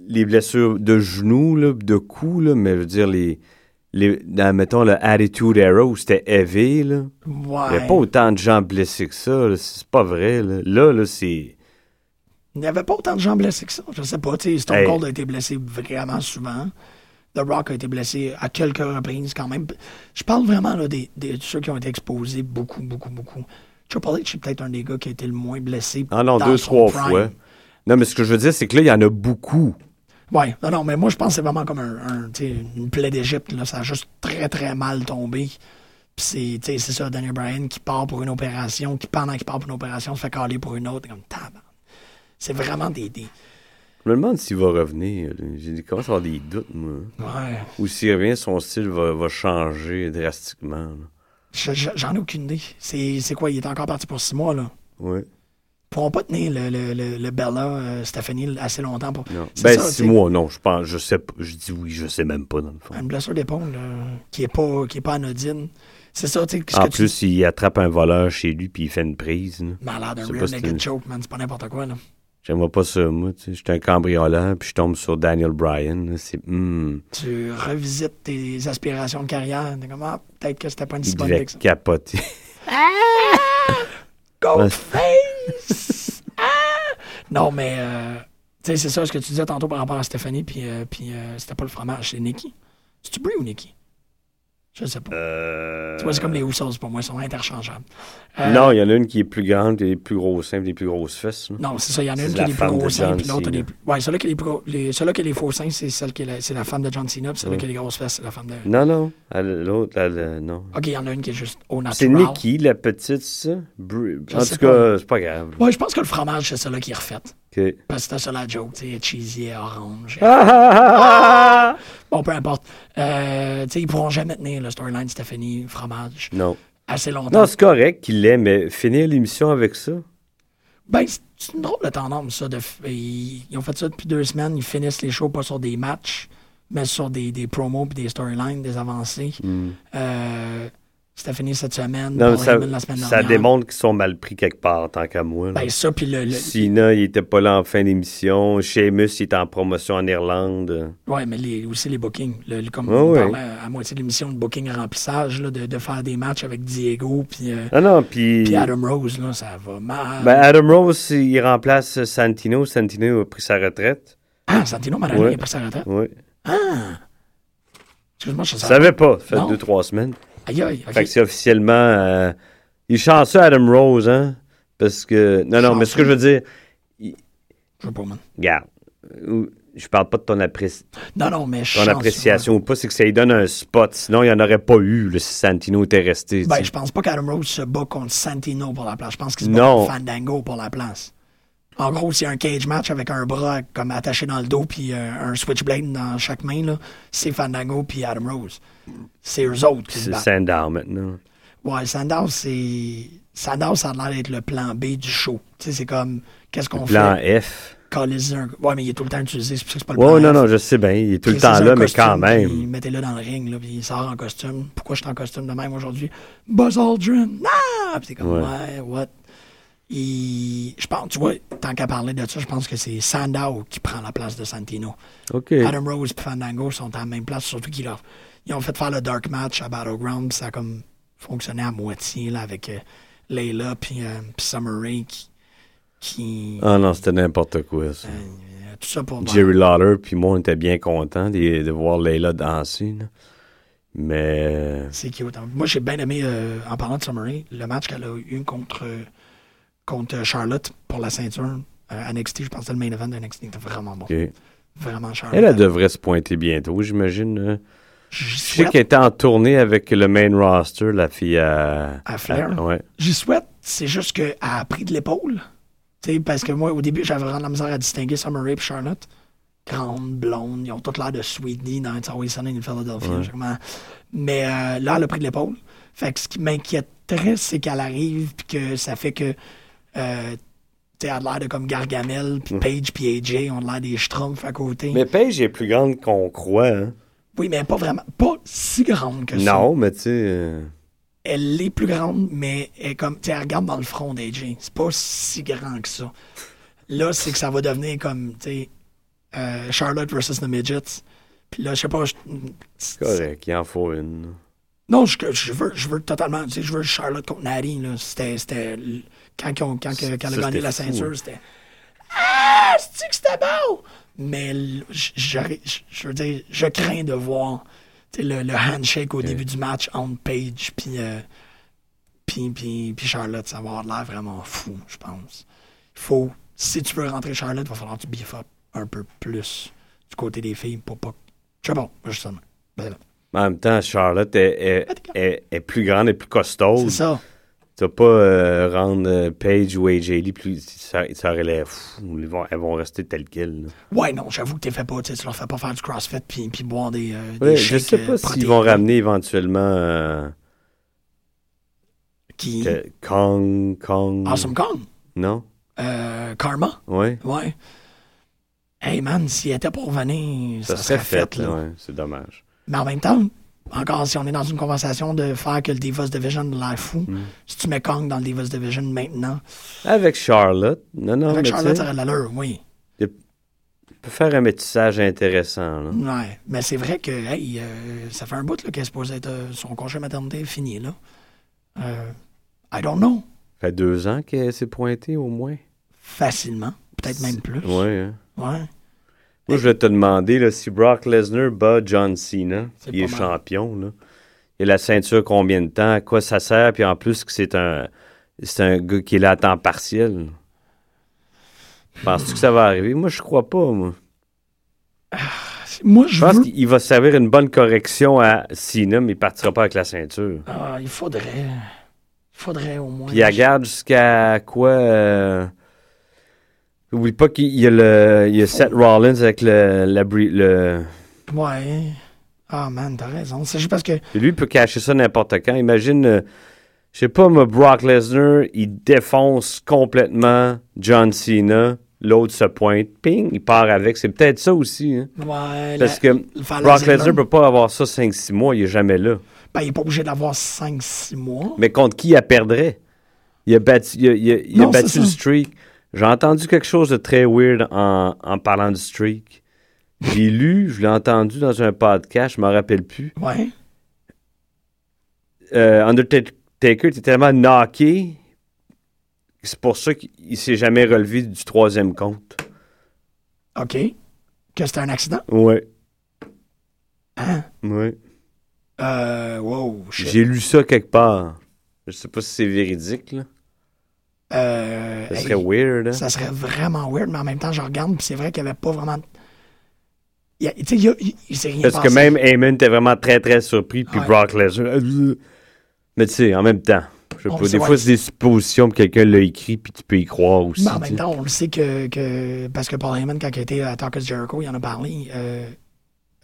les blessures de genoux, là, de coups, là, mais je veux dire, les, les, dans, mettons, le Attitude Era, où c'était heavy, là. Il n'y Ouais. a pas autant de gens blessés que ça. là. C'est pas vrai. Là, là, là, c'est. Il n'y avait pas autant de gens blessés que ça. Je sais pas. tu sais, Stone Hey. Cold a été blessé vraiment souvent. The Rock a été blessé à quelques reprises quand même. Je parle vraiment là, des, des- de ceux qui ont été exposés beaucoup, beaucoup, beaucoup. Triple H est peut-être un des gars qui a été le moins blessé. Ah non, dans deux, son trois prime. fois. Non, mais ce que je veux dire, c'est que là, il y en a beaucoup. Ouais, non, non, mais moi, je pense que c'est vraiment comme un, un, tu sais, une plaie d'Égypte. là. Ça a juste très, très mal tombé. Puis c'est, tu sais, c'est ça, Daniel Bryan qui part pour une opération, qui pendant qu'il part pour une opération se fait caler pour une autre. Comme, tabarnak. c'est vraiment des, des. Je me demande s'il va revenir. là. J'ai des- commence à avoir des doutes, moi. Ouais. Ou s'il revient, son style va, va changer drastiquement. là. Je- je- J'en ai aucune idée. C'est c'est quoi? Il est encore parti pour six mois, là. Ouais. Ils pourront pas tenir le, le, le, le Bella euh, Stephanie assez longtemps pour. Non. C'est Ben, ça, six tu sais, mois, non. Je pense, je sais pas. Je dis oui, je sais même pas, dans le fond. Une blessure d'épaule euh, qui est pas qui est pas anodine. C'est ça, tu sais, qu'est-ce En que tu- plus, il attrape un voleur chez lui puis il fait une prise. là. Malade, je un sais rear pas si naked tu- choke, man, c'est pas n'importe quoi là. J'aimerais pas ça, moi. tu sais. J'étais un cambrioleur, puis je tombe sur Daniel Bryan. là, C'est. hmm, Tu revisites tes aspirations de carrière. T'es comme, ah, peut-être que c'était pas une il si bonne devait idée que ça. capoter. Ah! Ghostface! Ah! Non, mais euh, tu sais, c'est ça ce que tu disais tantôt par rapport à Stéphanie, puis, euh, puis euh, c'était pas le fromage, c'est Nicky. C'est-tu Brie ou Nicky? Je sais pas. Euh, Tu vois, c'est comme les houssos pour moi, ils sont interchangeables. Euh, Non, il y en a une qui est plus grande, qui a les plus gros seins, puis les plus grosses fesses. là. Non, c'est ça, il y en a C'est une qui la est les plus femme de gros seins, John puis l'autre a les Cena. plus. Ouais, celle-là qui est les, plus gros- les- celle-là qui a les faux seins, c'est celle qui est la, c'est la femme de John Cena, puis celle-là Mm. qui a les grosses fesses, c'est la femme de. Non, non. elle- L'autre, elle, euh, non. Ok, il y en a une qui est juste au natural. C'est Nikki, la petite, ça? Bru- Ah, Je En sais tout pas. cas, c'est pas grave. Ouais, je pense que le fromage, c'est celle-là qui est refaite. OK. Parce que c'était ça la joke, tu sais, cheesy et orange. Ah, ah, ah, ah, ah! Bon, peu importe. Euh, tu sais, ils pourront jamais tenir le storyline Stéphanie Fromage Non. assez longtemps. Non, c'est correct qu'il l'ait, mais finir l'émission avec ça? ben, c'est- c'est une drôle de tendance, ça. De f- ils, ils ont fait ça depuis deux semaines. Ils finissent les shows pas sur des matchs, mais sur des, des promos puis des storylines, des avancées. Euh, Stéphanie cette semaine, Hmm. Non, mais Paul ça, Heyman la semaine ça dernière. démontre qu'ils sont mal pris quelque part, en tant qu'à moi. là. Ben, ça, puis le, le- Sina, il était pas là en fin d'émission. Seamus, il était en promotion en Irlande. Ouais, mais les- aussi les bookings. Le, le- comme Ouais, on ouais. parlait à moitié de l'émission de booking à remplissage, là, de, de faire des matchs avec Diego puis euh, Ah non, puis... puis Adam Rose, là, ça va mal. Ben, Adam Rose, il remplace Santino. Santino a pris sa retraite. ah, Santino Marani Ouais. a pris sa retraite. Oui. Ah. Excuse-moi, je Je sais savais pas. Ça fait Non. deux, trois semaines. Aïe, aïe, ok. Fait que c'est officiellement. euh, il est chanceux, Adam Rose, hein? Parce que. Non, non, mais ce que je veux dire, Je veux pas, man. regarde. euh, Je parle pas de ton, appré- Non, non, mais ton chanceux, appréciation ou pas, c'est que ça lui donne un spot. Sinon, il n'y en aurait pas eu là, si Santino était resté. ouais. Ben, tu je sais. pense pas qu'Adam Rose se bat contre Santino pour la place. Je pense qu'il se bat Non. contre Fandango pour la place. En gros, c'est un cage match avec un bras comme attaché dans le dos puis euh, un switchblade dans chaque main. là. C'est Fandango puis Adam Rose. C'est eux autres qui se C'est battent. Sandow maintenant. Ouais, Sandow, c'est. Sandow, ça a l'air d'être le plan B du show. Tu sais, c'est comme. Qu'est-ce qu'on Plan fait? F. Coller un- Ouais, mais il est tout le temps utilisé, c'est pour ça que c'est pas le Ouais, plan non, F. non, je sais bien. Il est tout le Puis c'est temps ça, là, un mais costume, quand puis même. Mettez-le dans le ring, là, puis il sort en costume. Pourquoi je suis en costume de même aujourd'hui? Buzz Aldrin! Ah! Puis c'est comme, ouais, Ouais. what? Il- Je pense, tu vois, tant qu'à parler de ça, je pense que c'est Sandow qui prend la place de Santino. OK. Adam Rose et Fandango sont à la même place, surtout qu'ils leur- ils ont fait faire le dark match à Battleground, puis ça a comme fonctionné à moitié là, avec euh, Layla puis euh, puis Summer Rae qui, qui- Ah non, c'était n'importe quoi, ça. euh, tout ça pour Jerry Lawler, puis moi, on était bien contents de, de voir Layla danser. là. Mais. C'est cute. hein. Moi j'ai bien aimé euh, en parlant de Summer Rae, le match qu'elle a eu contre euh, contre Charlotte pour la ceinture euh, NXT, je pense que le main event de NXT était vraiment bon. OK. Vraiment Charlotte. Elle, elle devrait se pointer bientôt, j'imagine. là. J'y Je sais souhaite, qu'elle était en tournée avec le main roster, la fille à. À Flair. à- ouais. J'y souhaite, c'est juste qu'elle a pris de l'épaule. Tu sais, parce que moi, au début, j'avais vraiment de la misère à distinguer Summer Rae et Charlotte. Grande, blonde, ils ont toutes l'air de Sweetie dans It's Always Sunny in Philadelphia. j'ai vraiment- Mais euh, là, elle a pris de l'épaule. Fait que ce qui m'inquiéterait, c'est qu'elle arrive puis que ça fait que. Euh, tu sais, elle a l'air de comme Gargamel, puis Paige, puis AJ ont l'air des Schtroumpfs à côté. Mais Paige est plus grande qu'on croit. hein. Oui, mais pas vraiment. Pas si grande que ça. Non, mais tu sais. euh, elle est plus grande, mais elle est comme, tu sais, elle regarde dans le front des jeans. C'est pas si grand que ça. Là, c'est que ça va devenir comme, tu sais, euh, Charlotte versus the Midgets. Puis là, je sais pas. je- c'est correct, il en faut une. Non, je, je veux, je veux totalement, tu sais, je veux Charlotte contre Natty, là. C'était, c'était, l- quand, ils ont- quand, que- quand elle Ça, a gagné c'était la fou. hein. ceinture, c'était, ah, c'est que c'était beau! Mais l- j- j'arri- j- je veux dire, je crains de voir, tu sais, le, le handshake au début du match entre Paige puis euh, puis, puis, puis Charlotte, ça va avoir l'air vraiment fou, je pense. Il faut, si tu veux rentrer Charlotte, il va falloir que tu beef up un peu plus du côté des filles pour pas. Je Ben, sais pas, justement. Voilà. En même temps, Charlotte est, est- est- est plus grande et plus costaude. C'est ça. Tu vas pas euh, rendre euh, Paige ou AJ Lee plus. Ça, ça aurait l'air fou. Ils vont, elles vont rester telles quelles. là. Ouais, non, j'avoue que t'es fait pas, tu sais, tu leur fais pas faire du crossfit puis, puis boire des, euh, des Ouais, je shakes, sais euh, pas protéinés s'ils vont ramener éventuellement euh, Qui... que- Kong. Kong. Awesome Kong. Non? Euh, Karma. Ouais. Ouais. Hey man, s'il était pour venir, ça, Ça, serait fait, là. ouais, c'est dommage. Mais en même temps, encore si on est dans une conversation de faire que le Divas Division de l'air fou, si tu mets Kong dans le Divas Division maintenant, Hmm. Avec Charlotte. Non, non, avec mais Charlotte, tu ça sais, aurait de l'allure, oui. on peut faire un métissage intéressant. là. Ouais. Mais c'est vrai que hey, euh, ça fait un bout là, qu'elle est supposée être. euh, son congé maternité est fini, là. Euh, I don't know. Ça fait deux ans qu'elle s'est pointée au moins. Facilement. Peut-être même plus. Ouais, hein. Ouais. Moi, je vais te demander là, si Brock Lesnar bat John Cena, C'est il est pas mal. champion. Là. Il a la ceinture combien de temps, à quoi ça sert, puis en plus que c'est un, c'est un gars qui est là à temps partiel. Penses-tu que ça va arriver? Moi, je crois pas. Moi. Moi, Je je pense veux. qu'il va servir une bonne correction à Cena, mais il partira pas avec la ceinture. Ah, il faudrait. Il faudrait au moins. Puis il la garde jusqu'à quoi? euh, Oublie pas qu'il y a, le, il y a Seth Rollins avec le, la, bri- le, Ouais. Ah, man, t'as raison. C'est juste parce que. Puis lui, il peut cacher ça n'importe quand. Imagine, euh, je sais pas, moi, Brock Lesnar, il défonce complètement John Cena. L'autre se pointe, ping, il part avec. C'est peut-être ça aussi. hein. Ouais. Parce la- que le faire Brock laser, Lesnar là, peut pas avoir ça 5-6 mois, il est jamais là. ben, il est pas obligé d'avoir 5-6 mois. Mais contre qui il perdrait? Il a battu, il a- il a- il a Non, c'est battu ça. le streak. J'ai entendu quelque chose de très weird en, en parlant du streak. J'ai lu, je l'ai entendu dans un podcast, je m'en rappelle plus. Ouais. euh, Undertaker était tellement knocké, c'est pour ça qu'il s'est jamais relevé du troisième compte. OK. Que c'était un accident. Ouais. Hein? ouais. Euh. Wow. shit. J'ai lu ça quelque part. Je sais pas si c'est véridique, là. Euh, Ça hey, serait weird, hein? ça serait vraiment weird, mais en même temps, je regarde, puis c'est vrai qu'il n'y avait pas vraiment. de- Il y a- Tu sais, il y a- il- il s'est rien Parce passé. que même Heyman était vraiment très, très surpris, puis Ouais. Brock Lesnar... euh, Mais tu sais, en même temps, je sais On pas, le sait, des ouais. fois, c'est des suppositions, puis quelqu'un l'a écrit, puis tu peux y croire aussi. Mais en tu même sais. temps, on le sait que, que- parce que Paul Heyman, quand il était à Talk of Jericho, il en a parlé. euh,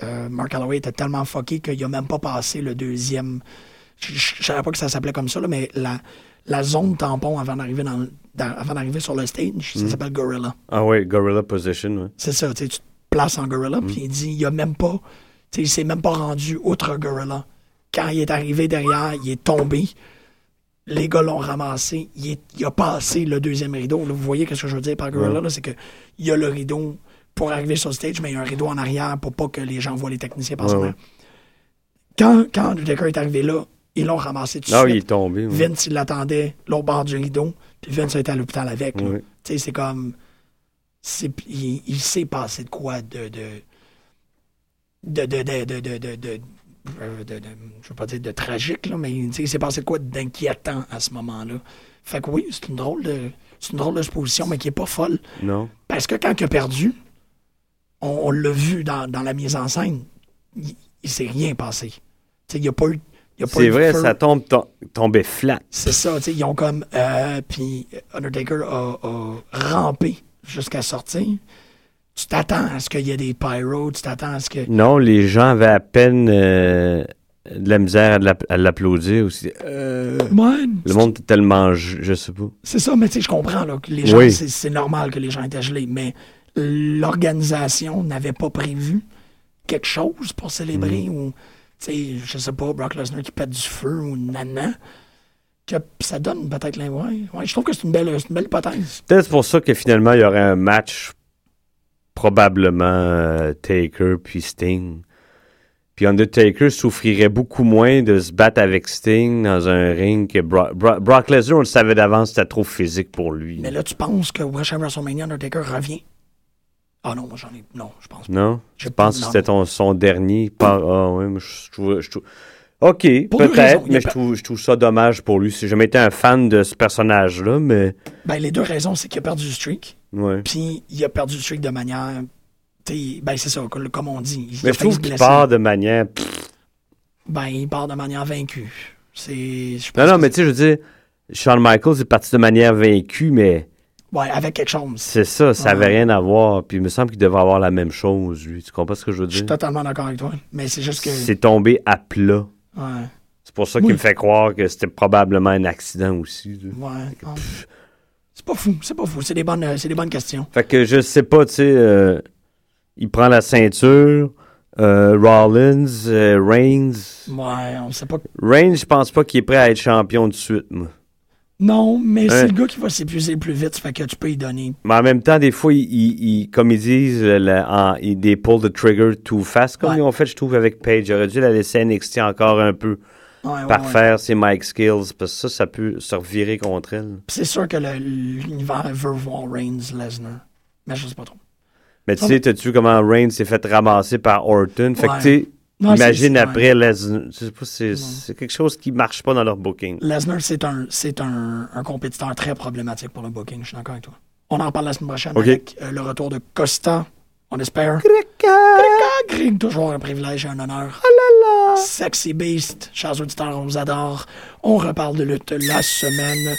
euh, Mark Holloway était tellement fucké qu'il n'a même pas passé le deuxième. Je ne savais pas que ça s'appelait comme ça, là, mais la, la zone tampon avant d'arriver dans, le- dans- avant d'arriver sur le stage, Mm. ça s'appelle Gorilla. Ah ouais, Gorilla Position, ouais. C'est ça, tu sais, tu te places en Gorilla, Mm. puis il dit, il a même pas, tu sais, il s'est même pas rendu outre Gorilla. Quand il est arrivé derrière, il est tombé, les gars l'ont ramassé, il, est- il a passé le deuxième rideau. Là, vous voyez ce que je veux dire par Gorilla, là, c'est que il y a le rideau pour arriver sur le stage, mais il y a un rideau en arrière pour pas que les gens voient les techniciens passer. Ouais, derrière. Quand, quand Undertaker est arrivé là, ils l'ont ramassé tout de Ah, suite. il est tombé. ouais. Vince, il l'attendait l'autre bord du rideau, puis Vince a été à l'hôpital avec. là. Ouais. Tu sais, c'est comme. c'est- il, il s'est passé de quoi de. de. de. de. de. de. de. de- de- euh, de- de- je veux pas dire de tragique, là, mais tu sais, il s'est passé de quoi d'inquiétant à ce moment-là. Fait que oui, c'est une drôle de. c'est une drôle de supposition, mais qui est pas folle. Non. Parce que quand il a perdu, on, on l'a vu dans, dans la mise en scène, il, il s'est rien passé. Tu sais, il n'y a pas eu. il y a pas eu C'est de vrai, feu. ça tombe, to- tombait flat. C'est ça, tu sais, ils ont comme. euh, puis Undertaker a, a rampé jusqu'à sortir. Tu t'attends à ce qu'il y ait des pyros, tu t'attends à ce que. Non, les gens avaient à peine euh, de la misère à de l'app- à l'applaudir aussi. Euh, Man, le monde était tellement, je, je sais pas. C'est ça, mais tu sais, je comprends là, que les gens, Oui. c'est- c'est normal que les gens étaient gelés, mais l'organisation n'avait pas prévu quelque chose pour célébrer ou, tu sais, je sais pas, Brock Lesnar qui pète du feu ou nana. Que ça donne peut-être l'in- ouais, ouais, je trouve que c'est une belle, c'est une belle hypothèse. Peut-être c'est pour ça que finalement, il y aurait un match probablement euh, Taker puis Sting. Puis Undertaker souffrirait beaucoup moins de se battre avec Sting dans un ring que Bro- Bro- Brock Lesnar, on le savait d'avance, c'était trop physique pour lui. Mais là, tu penses que au prochain WrestleMania, Undertaker revient? Ah non, moi j'en ai. Non, je pense pas. Non? Je Je pense que non. c'était ton- son dernier. par- Ah oui, mais je trouve. je trouve- Ok, Pour deux raisons, peut-être, il y a mais je pas- trouve, je trouve ça dommage pour lui. Si jamais été un fan de ce personnage-là, mais. Ben, les deux raisons, c'est qu'il a perdu le streak, Ouais. puis il a perdu le streak de manière. tu sais, Ben, c'est ça, comme on dit. il a Mais je failli trouve se qu'il blesser. part de manière. Ben, il part de manière vaincue. C'est. je pense Non, non, que mais tu sais, je veux dire, Shawn Michaels est parti de manière vaincue, mais c'est- Ouais, avec quelque chose. c'est ça, ça avait Ouais. rien à voir. Puis il me semble qu'il devait avoir la même chose, lui. Tu comprends ce que je veux Je suis dire? totalement d'accord avec toi. Mais c'est juste que. C'est tombé à plat. Ouais. C'est pour ça Oui. qu'il me fait croire que c'était probablement un accident aussi. là. Ouais. non. C'est pas fou, c'est pas fou. C'est des bonnes, euh, c'est des bonnes questions. Fait que je sais pas, tu sais, euh, il prend la ceinture, Euh, Rollins, euh, Reigns. Ouais, on sait pas. Reigns, je pense pas qu'il est prêt à être champion de suite, moi. Non, mais c'est Ouais. le gars qui va s'épuiser le plus vite, ça fait que tu peux y donner. Mais en même temps, des fois, ils, ils- ils- comme ils disent, euh, la- en- ils they pull the trigger too fast, comme Ouais. ils ont fait, je trouve, avec Paige. J'aurais dû la laisser NXT encore un peu Ah Ouais, ouais, par ouais. faire ses Mike Skills, parce que ça, ça peut se revirer contre elle. C'est sûr que le- l'univers veut voir Reigns, Lesnar. Mais je sais pas trop. Mais tu Ça sais, va. t'as-tu comment Reigns s'est fait ramasser par Orton? Fait que, Ah Ouais. tu sais, Non, c'est- imagine c'est- après, Lesnar. Je sais pas, c'est- c'est quelque chose qui marche pas dans leur booking. Lesnar, c'est un, c'est un, un compétiteur très problématique pour le booking. Je suis d'accord avec toi. On en parle la semaine prochaine Ok. avec euh, le retour de Costa. On espère. Ah, Greg, toujours un privilège et un honneur. Sexy Beast, chers auditeurs, on vous adore. On reparle de lutte la semaine